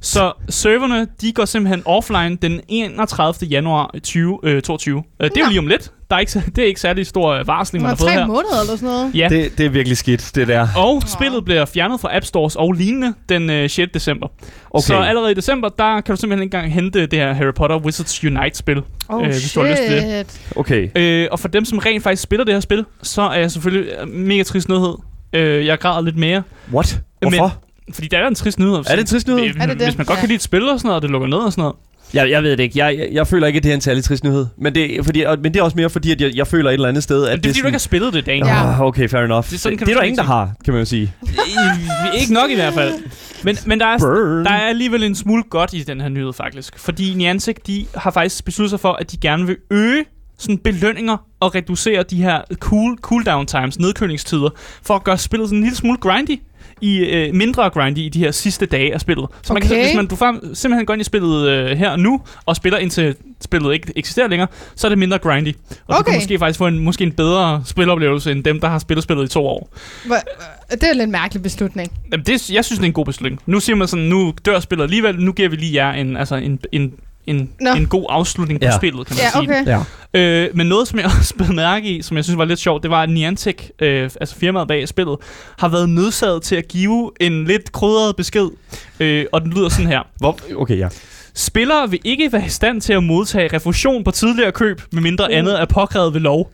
Speaker 3: Så serverne, de går simpelthen offline den 31. januar 2022. Øh, det er jo
Speaker 4: Nå.
Speaker 3: lige om lidt. Der er ikke, s- det er ikke særlig stor øh, varsling, man har
Speaker 4: Nå,
Speaker 3: fået
Speaker 4: tre
Speaker 3: her.
Speaker 4: måneder eller sådan noget.
Speaker 3: Ja.
Speaker 2: Det, det er virkelig skidt, det der.
Speaker 3: Og spillet bliver fjernet fra App Stores og lignende den øh, 6. december.
Speaker 2: Okay.
Speaker 3: Okay. Så allerede i december, der kan du simpelthen ikke engang hente det her Harry Potter Wizards Unite-spil.
Speaker 4: Oh,
Speaker 3: Øh, hvis du har lyst til
Speaker 4: shit.
Speaker 2: Okay.
Speaker 3: Øh, og for dem, som rent faktisk spiller det her spil, så er jeg selvfølgelig øh, mega trist nyhed. Øh, jeg græder lidt mere.
Speaker 2: What? Hvorfor?
Speaker 3: Fordi det er da en trist nyhed.
Speaker 2: er det en trist nyhed?
Speaker 3: Hvis,
Speaker 4: Er det det?
Speaker 3: hvis man godt
Speaker 4: Ja.
Speaker 3: kan lide et spil og sådan noget, og det lukker ned og sådan noget.
Speaker 2: Jeg, jeg ved det ikke. Jeg, jeg, jeg føler ikke, at det er en særlig trist nyhed. Men det, er fordi, og, men det er også mere fordi, at jeg, jeg føler et eller andet sted, at
Speaker 3: Men det er fordi, du ikke har spillet det, Daniel.
Speaker 4: Ja.
Speaker 3: Ja.
Speaker 2: Ah, okay, fair enough.
Speaker 3: Det
Speaker 2: Det,
Speaker 3: er sådan,
Speaker 2: det,
Speaker 3: kan
Speaker 2: det er
Speaker 3: man
Speaker 2: der ingen, der har, kan man jo sige.
Speaker 3: ikke nok i hvert fald. Men, men Altså, der, er,
Speaker 2: Burn.
Speaker 3: der er alligevel en smule godt i den her nyhed, faktisk. Fordi Niantic, de har faktisk besluttet sig for, at de gerne vil øge sådan belønninger og reducere de her cool, cooldown times, nedkølingstider, for at gøre spillet sådan en lille smule grindy i øh, mindre grindy i de her sidste dage af spillet. Så man kan,
Speaker 4: Okay.
Speaker 3: hvis man du frem, simpelthen går ind i spillet øh, her og nu, og spiller indtil spillet ikke eksisterer længere, så er det mindre grindy. Og okay. du
Speaker 4: Okay.
Speaker 3: kan måske faktisk få en, måske en bedre spiloplevelse, end dem, der har spillet spillet i to år.
Speaker 4: Hvor- øh, Det er en lidt mærkelig beslutning.
Speaker 3: Jamen, det, jeg synes, det er en god beslutning. Nu siger man sådan, nu dør spillet alligevel, nu giver vi lige jer en, altså en, en, en,
Speaker 4: Nå.
Speaker 3: en god afslutning på
Speaker 2: Ja.
Speaker 3: spillet, kan man
Speaker 4: Ja,
Speaker 3: sige.
Speaker 4: okay.
Speaker 2: Ja.
Speaker 3: Øh, men noget, som jeg også blev mærke i, som jeg synes var lidt sjovt, det var, at Niantic, øh, altså firmaet bag spillet, har været nødsaget til at give en lidt krydret besked. Øh, og den lyder sådan her.
Speaker 2: Hvor, okay, ja.
Speaker 3: Spillere vil ikke være i stand til at modtage refusion på tidligere køb, medmindre
Speaker 4: Uh.
Speaker 3: andet er påkrævet ved lov.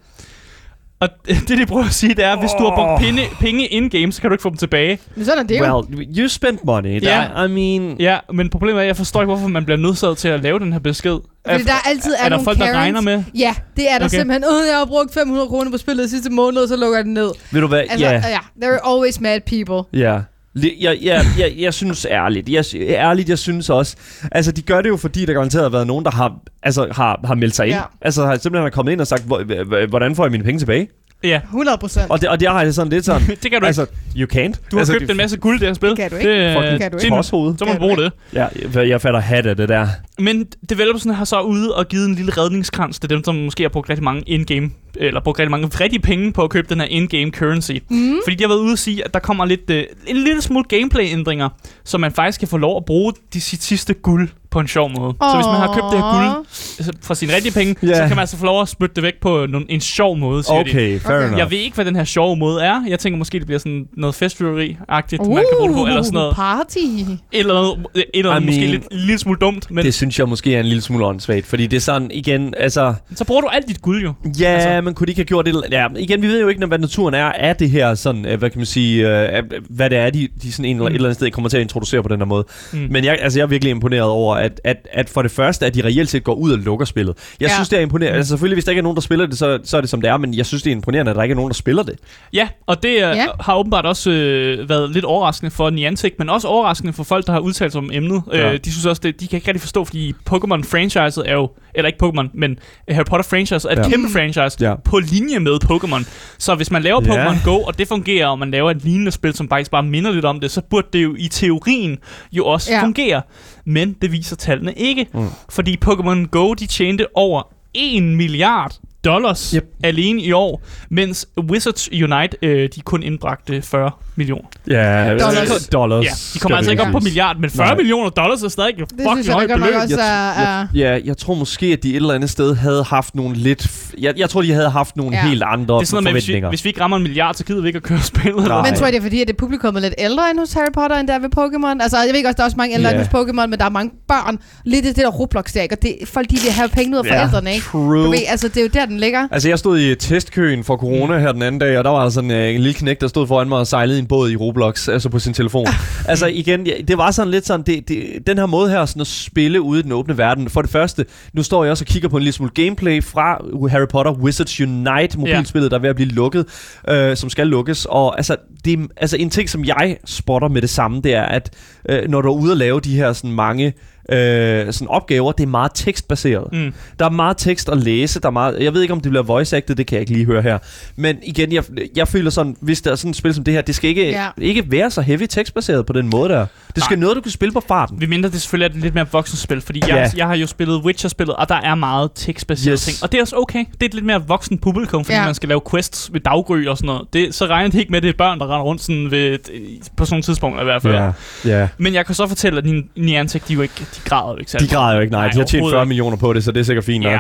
Speaker 3: Og det, de prøver at sige, det er, at hvis du har brugt penge, penge in-game, så kan du ikke få dem tilbage.
Speaker 4: Men sådan er det jo.
Speaker 2: Well, you spent money.
Speaker 3: Ja.
Speaker 2: Yeah. I mean...
Speaker 3: Ja, men problemet er, at jeg forstår ikke, hvorfor man bliver nødsaget til at lave den her besked.
Speaker 4: Fordi der altid er,
Speaker 3: er der
Speaker 4: nogle
Speaker 3: folk,
Speaker 4: Karens.
Speaker 3: der regner med?
Speaker 4: Ja, det er der
Speaker 3: Okay.
Speaker 4: simpelthen. Åh, jeg har brugt 500 kroner på spillet sidste måned, og så lukker jeg den ned.
Speaker 2: Ved du hvad?
Speaker 3: Øh,
Speaker 4: Altså,
Speaker 2: ja.
Speaker 4: ja. There are always mad people.
Speaker 2: Ja. Li- Jeg, jeg, jeg, jeg synes ærligt. Jeg, sy- ærligt, jeg synes også. Altså, de gør det jo, fordi der garanteret har været nogen, der har, altså, har, har meldt sig ind.
Speaker 4: Ja.
Speaker 2: Altså, har simpelthen har kommet ind og sagt, "Hvor- h- h- hvordan får jeg mine penge tilbage?
Speaker 3: Ja,
Speaker 4: 100 procent.
Speaker 2: Og det, og det har jeg sådan lidt sådan...
Speaker 3: det kan du altså,
Speaker 2: altså,
Speaker 3: ikke.
Speaker 2: you can't.
Speaker 3: Du har
Speaker 2: altså,
Speaker 3: altså, købt en masse guld i det her spil.
Speaker 4: Det kan du ikke.
Speaker 3: Det,
Speaker 2: Fucking
Speaker 4: kan du
Speaker 3: det er nu.
Speaker 4: ikke.
Speaker 2: Toshoved.
Speaker 3: Så må man
Speaker 4: Kan du
Speaker 3: bruge det.
Speaker 2: Ja, jeg, jeg fatter hat af det der.
Speaker 3: Men developersen har så ude og givet en lille redningskrans til dem, som måske har brugt rigtig mange in-game, eller brugt rigtig mange rigtige penge på at købe den her in-game currency.
Speaker 4: Mhm.
Speaker 3: Mm. Fordi de har været ude og sige, at der kommer lidt, øh, en lille smule gameplay-ændringer, så man faktisk kan få lov at bruge de sit sidste guld på en sjov måde. Så hvis man har købt det her guld altså, for sine rigtige penge,
Speaker 2: Ja.
Speaker 3: så kan man altså få lov at spytte det væk på nogle, en sjov måde, siger de.
Speaker 2: Okay, fair
Speaker 4: Okay.
Speaker 2: enough.
Speaker 3: Jeg ved ikke, hvad den her sjove måde er. Jeg tænker måske, det bliver sådan noget
Speaker 4: Uh,
Speaker 3: festfyrværkeri-agtigt, man kan bruge det på, eller sådan noget.
Speaker 4: Party.
Speaker 3: Et eller andet, et eller andet
Speaker 2: I
Speaker 3: måske
Speaker 2: mean-
Speaker 3: lidt, en lille smule dumt, men
Speaker 2: det synes synes jeg måske er en lille smule åndssvagt, fordi det er sådan, igen, altså...
Speaker 3: Så bruger du alt dit guld jo.
Speaker 2: Ja, altså,
Speaker 3: Altså-
Speaker 2: man kunne de ikke have gjort det. Ja, igen, vi ved jo ikke, hvad naturen er af det her, sådan, øh, hvad kan man sige, øh, af- hvad det er, de, de sådan en eller,
Speaker 3: Mm.
Speaker 2: et eller andet sted kommer til at introducere på den her måde. Mm.
Speaker 3: Mm.
Speaker 2: Men jeg, altså, jeg er virkelig imponeret over, at, at, at for det første, at de reelt set går ud og lukker spillet. Jeg
Speaker 4: Ja.
Speaker 2: ja. synes, det er
Speaker 3: Mm.
Speaker 2: imponerende. Altså, selvfølgelig, hvis der ikke er nogen, der spiller det, så, så er det som det er, men jeg synes, det er imponerende, at der ikke er nogen, der spiller det.
Speaker 3: Ja, og det ja.
Speaker 4: Ja.
Speaker 3: har åbenbart også øh, været lidt overraskende for Niantic, men også overraskende for folk, der har udtalt sig om emnet.
Speaker 2: Ja.
Speaker 3: Ja. Øh, de synes også, det, de kan ikke rigtig forstå, fordi Pokémon-franchiset er jo, eller ikke Pokémon, men Harry Potter-franchiset er et
Speaker 6: Ja.
Speaker 3: ja. kæmpe franchise
Speaker 6: Ja.
Speaker 3: ja. på linje med Pokémon. Så hvis man laver
Speaker 2: Ja.
Speaker 3: Pokémon Go, og det fungerer, og man laver et lignende spil, som faktisk bare minder lidt om det, så burde det jo i teorien jo også
Speaker 4: Ja.
Speaker 3: ja. fungere. Men det viser tallene ikke,
Speaker 2: Mm.
Speaker 3: mm. fordi Pokémon Go, de tjente over 1 milliard dollars
Speaker 2: Yep.
Speaker 3: yep. alene i år, mens Wizards Unite, øh, de kun indbragte 40 millioner.
Speaker 6: Ja,
Speaker 4: Dollars.
Speaker 6: dollars.
Speaker 3: Ja, de kommer altså ikke op på milliard, men 40
Speaker 6: Nej.
Speaker 3: Nej. millioner dollars er stadig et
Speaker 4: Det synes
Speaker 3: fucking
Speaker 4: jeg da
Speaker 3: højt
Speaker 4: godt nok
Speaker 3: beløb.
Speaker 4: også
Speaker 2: Jeg
Speaker 4: er...
Speaker 2: tr-
Speaker 4: er-
Speaker 2: Ja, jeg tror måske, at de et eller andet sted havde haft nogle lidt... F- jeg, jeg tror, de havde haft nogle
Speaker 4: Ja.
Speaker 2: ja. helt andre
Speaker 3: Det er sådan noget med, hvis vi,
Speaker 2: forventninger.
Speaker 3: hvis vi ikke rammer en milliard, så gider vi ikke at køre spillet.
Speaker 2: Nej.
Speaker 4: Men tror I, det er fordi, at det publikum er lidt ældre end hos Harry Potter, end der er ved Pokémon? Altså, jeg ved godt, der er også mange ældre
Speaker 2: Ja.
Speaker 4: end hos Pokémon, men der er mange børn. Lidt i det der roblox der, ikke? Og det, folk, de vil have penge ud af forældrene, ikke?
Speaker 2: True.
Speaker 4: Du ved, altså, det er jo der, den ligger.
Speaker 2: Altså, jeg stod i testkøen for corona her den anden dag, og der var altså en, øh, en lille knæk, der stod foran mig og sejlede i en båd i Roblox, altså på sin telefon. altså igen, ja, det var sådan lidt sådan, det, det, den her måde her sådan at spille ude i den åbne verden. For det første, nu står jeg også og kigger på en lille smule gameplay fra Harry Potter Wizards Unite mobilspillet, der er ved at blive lukket, øh, som skal lukkes. Og altså, det, er- altså, en ting, som jeg spotter med det samme, det er, at øh, når du er ude og lave de her sådan mange øh, sådan opgaver, det er meget tekstbaseret.
Speaker 3: Mm.
Speaker 2: Der er meget tekst at læse, der er meget, jeg ved ikke, om det bliver voice acted, det kan jeg ikke lige høre her. Men igen, jeg, jeg føler sådan, hvis der er sådan et spil som det her, det skal ikke,
Speaker 4: Ja.
Speaker 2: ja. ikke være så heavy tekstbaseret på den måde der. Det skal
Speaker 3: Nej.
Speaker 2: noget, du kan spille på farten.
Speaker 3: Vi mindre det selvfølgelig er et lidt mere voksenspil, fordi jeg,
Speaker 2: Ja.
Speaker 3: jeg har jo spillet Witcher-spillet, og der er meget tekstbaserede
Speaker 2: Yes.
Speaker 3: yes. ting. Og det er også okay. Det er et lidt mere voksen publikum, fordi
Speaker 4: Ja.
Speaker 3: ja. man skal lave quests ved daggry og sådan noget. Det, så regner det ikke med, at det er børn, der render rundt sådan ved, på sådan nogle tidspunkter i hvert fald.
Speaker 2: Ja.
Speaker 6: Ja.
Speaker 3: Men jeg kan så fortælle, at Ni- Niantic, de, er jo ikke, de græder jo ikke
Speaker 2: De
Speaker 3: særlig.
Speaker 2: græder jo ikke, nej.
Speaker 3: Nej,
Speaker 2: De har tjent
Speaker 3: overhovedet
Speaker 2: 40
Speaker 3: ikke.
Speaker 2: millioner på det, så det er sikkert fint nok.
Speaker 3: Ja.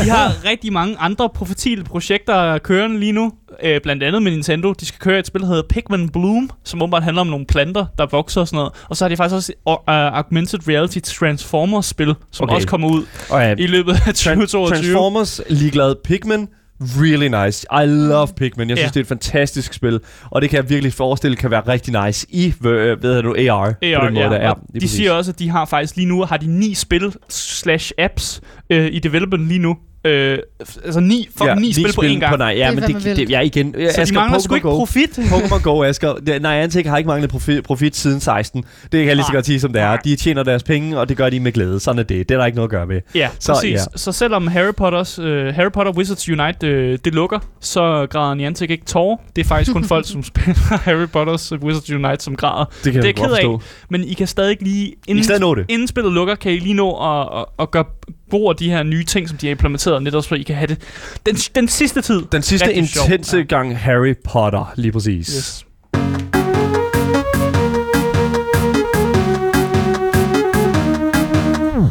Speaker 3: de har rigtig mange andre profitable projekter kørende lige nu. Øh, blandt andet med Nintendo. De skal køre et spil, der hedder Pikmin Bloom, som åbenbart handler om nogle planter, der vokser og sådan noget. Og så har de faktisk også uh, Augmented Reality Transformers-spil, som
Speaker 2: Okay.
Speaker 3: okay. også kommer ud
Speaker 2: Og ja,
Speaker 3: i løbet af
Speaker 2: Tran-
Speaker 3: 2022.
Speaker 2: Transformers, ligeglad Pikmin, really nice. I love Pikmin. Jeg synes,
Speaker 3: Ja.
Speaker 2: yeah. det er et fantastisk spil, og det kan jeg virkelig forestille kan være rigtig nice i, øh, hvad hedder du, AR, AR på den
Speaker 3: AR,
Speaker 2: måde, der er.
Speaker 3: Og
Speaker 2: Lige
Speaker 3: de
Speaker 2: præcis.
Speaker 3: siger også, at de har faktisk lige nu har de ni spil slash apps øh, i development lige nu. Øh, f- altså ni, fuck, ni
Speaker 2: lige
Speaker 3: spil på én gang.
Speaker 2: nej, ja,
Speaker 4: Det er
Speaker 2: men
Speaker 4: fandme
Speaker 2: det, det,
Speaker 4: vildt.
Speaker 2: jeg igen, så
Speaker 3: Så
Speaker 2: Asger,
Speaker 3: de mangler sgu
Speaker 2: Pokémon
Speaker 3: ikke
Speaker 2: Go.
Speaker 3: profit.
Speaker 2: Pokémon Go, Asger. Det- Niantic har ikke manglet profit, profit siden 16. Det kan jeg lige så
Speaker 3: Nej.
Speaker 2: godt sige, som det er.
Speaker 3: Nej.
Speaker 2: De tjener deres penge, og det gør de med glæde. Sådan er det. Det er der ikke noget at gøre ved.
Speaker 3: Ja,
Speaker 2: Så,
Speaker 3: så, præcis.
Speaker 2: ja.
Speaker 3: Ja. Så selvom Harry, Potters, øh, Harry Potter Wizards Unite øh, det lukker, så græder Niantic ikke tårer. Det er faktisk kun folk, som spiller Harry Potters øh, Wizards Unite, som græder.
Speaker 2: Det kan
Speaker 3: Det er jeg ked af, Men I kan stadig lige,
Speaker 2: I
Speaker 3: inden,
Speaker 2: stedet nå det.
Speaker 3: inden spillet lukker, kan I lige nå at, at, at gøre brug af de her nye ting, som de har implementeret, netop så I kan have det den, den sidste tid.
Speaker 2: Den sidste
Speaker 3: Rigtig sjov,
Speaker 2: intense
Speaker 3: ja.
Speaker 2: gang Harry Potter, lige præcis. Yes.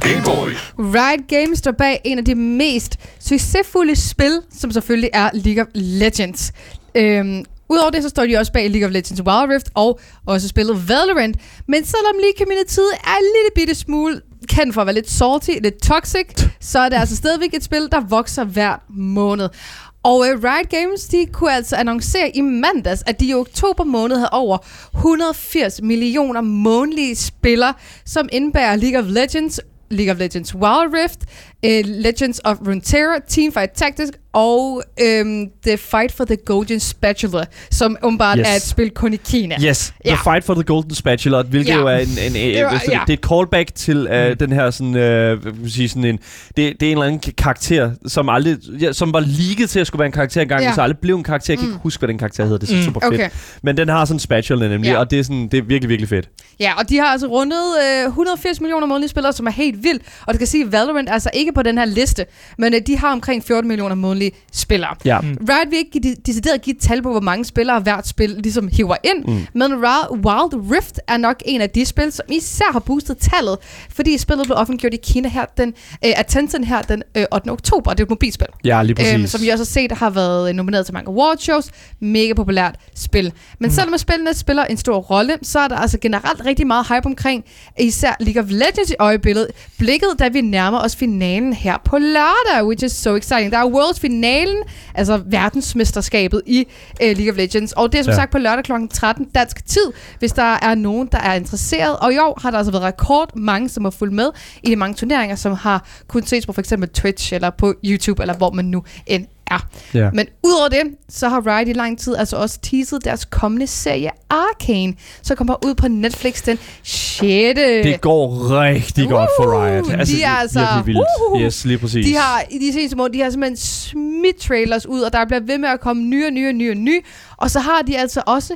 Speaker 1: Game Boy,
Speaker 4: Riot Games står bag en af de mest succesfulde spil, som selvfølgelig er League of Legends. Øhm, Udover det, så står de også bag League of Legends Wild Rift og også spillet Valorant. Men selvom lige communityet er en lille bitte smule kendt for at være lidt salty, lidt toxic, så er det altså stadigvæk et spil, der vokser hver måned. Og øh, Riot Games, de kunne altså annoncere i mandags, at de i oktober måned havde over 180 millioner månedlige spillere, som indbærer League of Legends, League of Legends Wild Rift, uh, Legends of Runeterra, Teamfight Tactics og um, The Fight for the Golden Spatula, som åbenbart yes.
Speaker 2: Yes.
Speaker 4: er et spil kun i Kina.
Speaker 2: Yes, The
Speaker 4: Ja.
Speaker 2: Fight for the Golden Spatula, hvilket
Speaker 4: Ja.
Speaker 2: jo er en, en, en
Speaker 4: Det var-
Speaker 2: det,
Speaker 4: ja.
Speaker 2: det er et callback til uh, mm. den her sådan, uh, hvad kan man sige, sådan en, det, det er en eller anden karakter, som aldrig, ja, som var ligget til at skulle være en karakter engang,
Speaker 4: Ja.
Speaker 2: ja. men så aldrig blev en karakter. Jeg kan ikke huske, hvad den karakter hedder. Det er mm.
Speaker 3: Mm.
Speaker 2: super fedt.
Speaker 4: Okay.
Speaker 2: Men den har sådan en spatula nemlig,
Speaker 4: Ja.
Speaker 2: ja. og det er, sådan, det er virkelig, virkelig fedt.
Speaker 4: Ja, og de har altså rundet øh, 180 millioner månedlige spillere, som er helt vildt. Og det kan sige, at Valorant er altså ikke på den her liste, men øh, de har omkring 14 millioner månedlige spillere.
Speaker 2: Ja.
Speaker 3: Mm.
Speaker 4: Riot vil ikke give- de- decideret give et tal på, hvor mange spillere hvert spil ligesom hiver ind,
Speaker 2: Mm.
Speaker 4: mm. men Ra- Wild Rift er nok en af de spil, som især har boostet tallet, fordi spillet blev offentliggjort i Kina her den, øh, af Tencent her den øh, 8. oktober, og det er et mobilspil.
Speaker 2: Ja, lige præcis.
Speaker 4: Øhm, som vi også har set har været øh, nomineret til mange awardshows. Mega populært spil. Men mm. selvom at spillene spiller en stor rolle, så er der altså generelt rigtig meget hype omkring især League of Legends i øjeblikket. Blikket, da vi nærmer os finalen her på lørdag, which is so exciting. Der er Worlds finalen, altså verdensmesterskabet i øh, League of Legends. Og det er som ja.
Speaker 5: Ja.
Speaker 4: sagt på lørdag kl. 13 dansk tid, hvis der er nogen, der er interesseret. Og i år har der altså været rekord mange, som har fulgt med i de mange turneringer, som har kunnet ses på for eksempel Twitch eller på YouTube, eller hvor man nu end er.
Speaker 5: Ja.
Speaker 4: Men udover det, så har Riot i lang tid altså også teaset deres kommende serie Arcane, som kommer ud på Netflix den 6.
Speaker 2: Det går rigtig godt for Riot.
Speaker 4: øh, Uh, de er altså-
Speaker 2: virkelig vildt.
Speaker 4: uh.
Speaker 2: yes, lige præcis.
Speaker 4: De har i de seneste måneder, de har simpelthen smidt trailers ud, og der bliver ved med at komme nye og nye og nye og nye. Og så har de altså også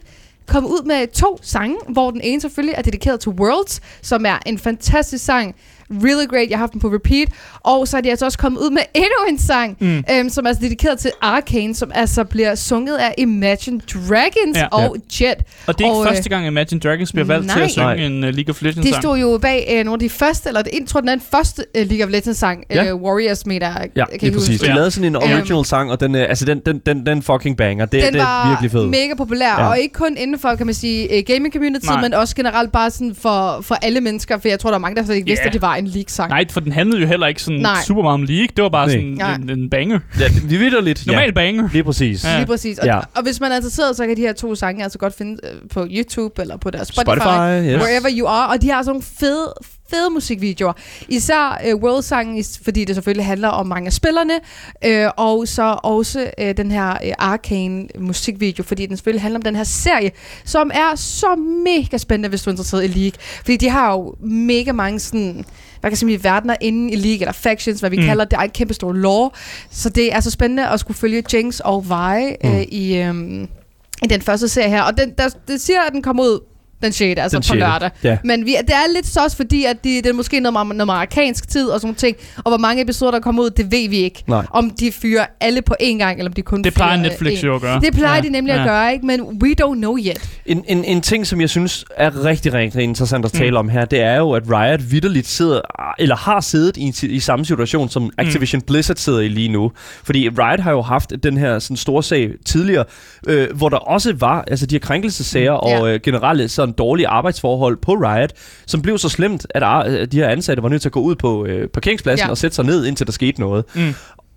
Speaker 4: kommet ud med to sange, hvor den ene selvfølgelig er dedikeret til Worlds, som er en fantastisk sang. Really great, jeg har haft den på repeat. Og så er de altså også kommet ud med endnu en sang, mm.
Speaker 3: Mm.
Speaker 4: øhm, som er altså dedikeret til Arcane, som altså bliver sunget af Imagine Dragons
Speaker 3: Ja.
Speaker 4: ja. og
Speaker 3: Og
Speaker 4: Jet.
Speaker 3: det er ikke
Speaker 4: Og,
Speaker 3: og,
Speaker 4: øh,
Speaker 3: første gang, Imagine Dragons bliver valgt til
Speaker 4: nej.
Speaker 3: at synge
Speaker 2: Nej.
Speaker 3: en uh, League of Legends
Speaker 4: De
Speaker 3: sang.
Speaker 4: stod jo bag øh, nogle af de første, eller det, jeg tror, den er den første øh, League of Legends-sang,
Speaker 2: Ja.
Speaker 4: øh, Warriors, mener jeg.
Speaker 2: Ja,
Speaker 4: jeg kan
Speaker 2: lige
Speaker 4: ikke huske.
Speaker 2: præcis. De
Speaker 3: Ja.
Speaker 2: lavede sådan en
Speaker 4: Øhm.
Speaker 2: original sang, og den, øh, altså den, den, den, den fucking banger. Det,
Speaker 4: den
Speaker 2: det
Speaker 4: var
Speaker 2: er virkelig fedt.
Speaker 4: mega populær,
Speaker 2: Ja.
Speaker 4: ja. og ikke kun inden for, kan man sige, øh, gaming community,
Speaker 3: Nej.
Speaker 4: men også generelt bare sådan for, for alle mennesker, for jeg tror, der er mange, der slet ikke vidste,
Speaker 3: Ja.
Speaker 4: at det var en league-sang.
Speaker 3: Nej, for den handlede jo heller ikke sådan
Speaker 4: Nej.
Speaker 3: super meget om League. Det var bare
Speaker 2: Nej.
Speaker 4: Nej.
Speaker 3: sådan en, en banger.
Speaker 2: Ja, vi vidder lidt.
Speaker 3: Normal banger.
Speaker 2: Ja, lige præcis.
Speaker 3: Ja.
Speaker 4: Lige præcis. Og,
Speaker 2: Ja.
Speaker 4: ja. og hvis man er interesseret, så kan de her to sange altså godt finde øh, på YouTube eller på deres Spotify,
Speaker 2: Spotify, yes.
Speaker 4: wherever you are. Og de har sådan nogle fede, fede musikvideoer. Især øh, World-sangen, is- fordi det selvfølgelig handler om mange af spillerne. Øh, og så også øh, den her øh, Arcane-musikvideo, fordi den selvfølgelig handler om den her serie, som er så mega spændende, hvis du er interesseret i League. Fordi de har jo mega mange sådan hvad kan jeg sige, verdener inde i League, eller factions, hvad vi
Speaker 3: Mm.
Speaker 4: mm. kalder det. Der er en kæmpe stor lore. Så det er så spændende at skulle følge Jinx og Vi mm. øh, i, øh, i den første serie her. Og den, der, det siger, at den kommer ud den 6. altså
Speaker 2: Den
Speaker 4: den på
Speaker 2: sjette,
Speaker 4: lørdag.
Speaker 2: ja.
Speaker 4: Men vi, det er lidt så også fordi, at de, det er måske noget, med- noget med amerikansk tid og sådan nogle ting. Og hvor mange episoder, der kommer ud, det ved vi ikke.
Speaker 2: Nej.
Speaker 4: Om de fyrer alle på én gang, eller om de kun
Speaker 3: Det plejer
Speaker 4: fyrer, øh,
Speaker 3: Netflix
Speaker 4: én.
Speaker 3: jo at gøre.
Speaker 4: Det plejer
Speaker 3: Ja.
Speaker 4: ja. de nemlig
Speaker 3: Ja.
Speaker 4: at gøre, ikke? Men we don't know yet.
Speaker 2: En, en, en ting, som jeg synes er rigtig, rigtig interessant at tale mm. om her, det er jo, at Riot vidderligt sidder, eller har siddet i, en si- i samme situation, som Activision mm. Blizzard sidder i lige nu. Fordi Riot har jo haft den her sådan, store sag tidligere, øh, hvor der også var altså, de her krænkelsesager mm. og
Speaker 4: Ja.
Speaker 2: øh, generelle sådan, dårlige arbejdsforhold på Riot, som blev så slemt, at ar- øh, de her ansatte var nødt til at gå ud på øh, parkeringspladsen
Speaker 4: Ja.
Speaker 2: og sætte sig ned, indtil der skete noget.
Speaker 3: Mm.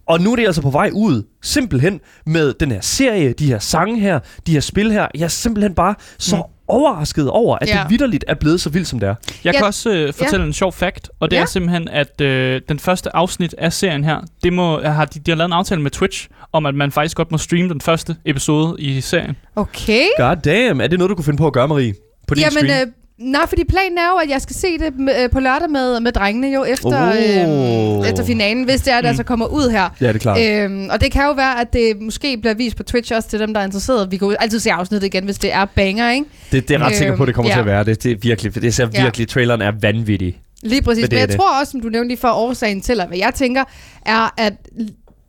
Speaker 2: Og nu er det altså på vej ud, simpelthen med den her serie, de her sange her, de her spil her. Jeg er simpelthen bare så
Speaker 3: Mm.
Speaker 2: mm. overrasket over, at ja.
Speaker 4: Ja.
Speaker 2: det vidderligt er blevet så vildt, som det er.
Speaker 3: Jeg
Speaker 4: Ja.
Speaker 3: kan også øh, fortælle en sjov fact, og det er
Speaker 4: Ja.
Speaker 3: simpelthen, at øh, den første afsnit af serien her, det må, har de, de har lavet en aftale med Twitch, om at man faktisk godt må streame den første episode i serien.
Speaker 4: Okay.
Speaker 2: God damn, er det noget, du kunne finde på at gøre, Marie? På din
Speaker 4: Jamen,
Speaker 2: stream?
Speaker 4: øh, nej, fordi planen er jo, at jeg skal se det med, øh, på lørdag med, med drengene jo efter,
Speaker 2: Oh.
Speaker 4: øh, efter finalen, hvis det er, at
Speaker 3: Mm.
Speaker 4: det altså kommer ud her.
Speaker 6: Ja, det er klart.
Speaker 4: Øhm, og det kan jo være, at det måske bliver vist på Twitch også til dem, der er interesseret. Vi kan jo altid se afsnittet igen, hvis det er banger, ikke?
Speaker 6: Det, det er jeg ret
Speaker 4: øh,
Speaker 6: sikker på, det kommer
Speaker 4: ja.
Speaker 6: til at være. Det, det er virkelig, det ser
Speaker 4: Ja.
Speaker 6: virkelig, traileren er vanvittig.
Speaker 4: Lige præcis.
Speaker 6: Men det
Speaker 4: Men, Men
Speaker 6: er
Speaker 4: jeg
Speaker 6: det.
Speaker 4: tror også, som du nævnte lige før, årsagen til, at hvad jeg tænker, er, at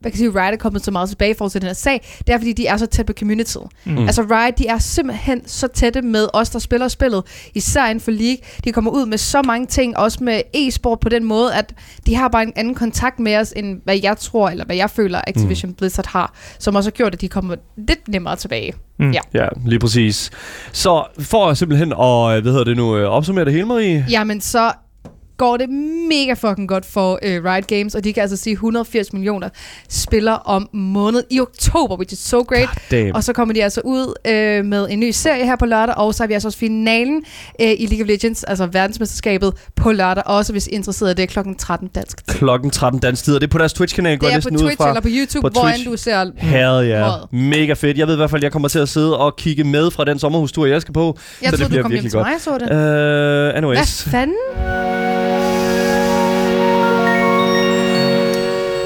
Speaker 4: hvad kan jeg sige, Riot er kommet så meget tilbage i forhold til den her sag, det er, fordi de er så tæt på communityet.
Speaker 3: Mm.
Speaker 4: Mm. Altså Riot, de er simpelthen så tætte med os, der spiller spillet, især inden for League. De kommer ud med så mange ting, også med e-sport på den måde, at de har bare en anden kontakt med os, end hvad jeg tror, eller hvad jeg føler, Activision mm. Blizzard har, som også har gjort, at de kommer lidt nemmere tilbage.
Speaker 2: Ja, lige præcis. Så for simpelthen at, øh, hvad hedder det nu, øh, opsummere det hele, Marie?
Speaker 4: Jamen, så går det mega fucking godt for øh, Riot Games, og de kan altså sige 180 millioner spillere om måned i oktober, which is so great.
Speaker 2: Damn.
Speaker 4: Og så kommer de altså ud øh, med en ny serie her på lørdag, og så har vi altså også finalen øh, i League of Legends, altså verdensmesterskabet på lørdag, også hvis I er interesseret i det, klokken 13 dansk. tid.
Speaker 2: Klokken 13 dansk tid, og det er på deres Twitch-kanal, går
Speaker 4: Det
Speaker 2: jeg
Speaker 4: er på
Speaker 2: næsten ud
Speaker 4: Twitch
Speaker 2: fra.
Speaker 4: eller på YouTube,
Speaker 2: på
Speaker 4: hvor end
Speaker 2: Twitch.
Speaker 4: du ser
Speaker 2: Hell ja.
Speaker 4: Meget.
Speaker 2: Mega fedt. Jeg ved i hvert fald, at jeg kommer til at sidde og kigge med fra den sommerhustur, jeg skal på.
Speaker 4: Jeg
Speaker 2: så det
Speaker 4: troede,
Speaker 2: bliver
Speaker 4: du kom hjem
Speaker 2: virkelig
Speaker 4: til
Speaker 2: godt.
Speaker 4: mig,
Speaker 2: Uh,
Speaker 4: så det. Hvad
Speaker 2: anyways.
Speaker 4: fanden?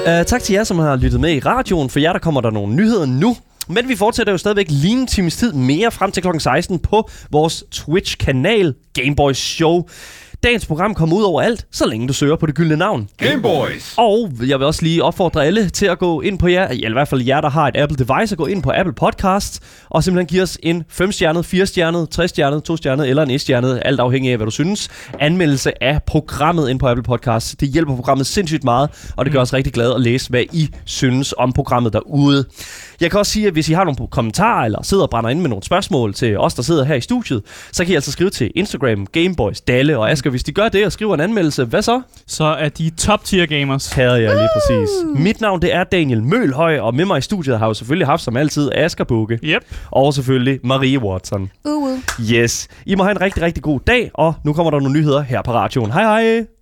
Speaker 2: Uh, tak til jer, som har lyttet med i radioen. For jer, der kommer der nogle nyheder nu. Men vi fortsætter jo stadigvæk lige en times tid mere frem til kl. 16 på vores Twitch-kanal Gameboy Show. Dagens program kommer ud over alt, så længe du søger på det gyldne navn.
Speaker 1: Game Boys,
Speaker 2: Og jeg vil også lige opfordre alle til at gå ind på jer, eller i hvert fald jer, der har et Apple-device, at gå ind på Apple Podcasts, og simpelthen give os en 5-stjernet, 4-stjernet, 3-stjernet, 2-stjernet eller en 1-stjernet, alt afhængig af, hvad du synes, anmeldelse af programmet ind på Apple Podcasts. Det hjælper programmet sindssygt meget, og det gør os rigtig glade at læse, hvad I synes om programmet derude. Jeg kan også sige, at hvis I har nogle kommentarer, eller sidder og brænder ind med nogle spørgsmål til os, der sidder her i studiet, så kan I altså skrive til Instagram, Gameboys, Dalle og Asger. Hvis de gør det og skriver en anmeldelse, hvad så?
Speaker 3: Så er de top tier gamers.
Speaker 2: Havde jeg lige præcis. Mit navn det er Daniel Mølhøj, og med mig i studiet har jeg jo selvfølgelig haft som altid Asger Bukke.
Speaker 3: Yep.
Speaker 2: Og selvfølgelig Marie Watson.
Speaker 4: Uh, uh.
Speaker 2: Yes. I må have en rigtig, rigtig god dag, og nu kommer der nogle nyheder her på radioen. Hej hej!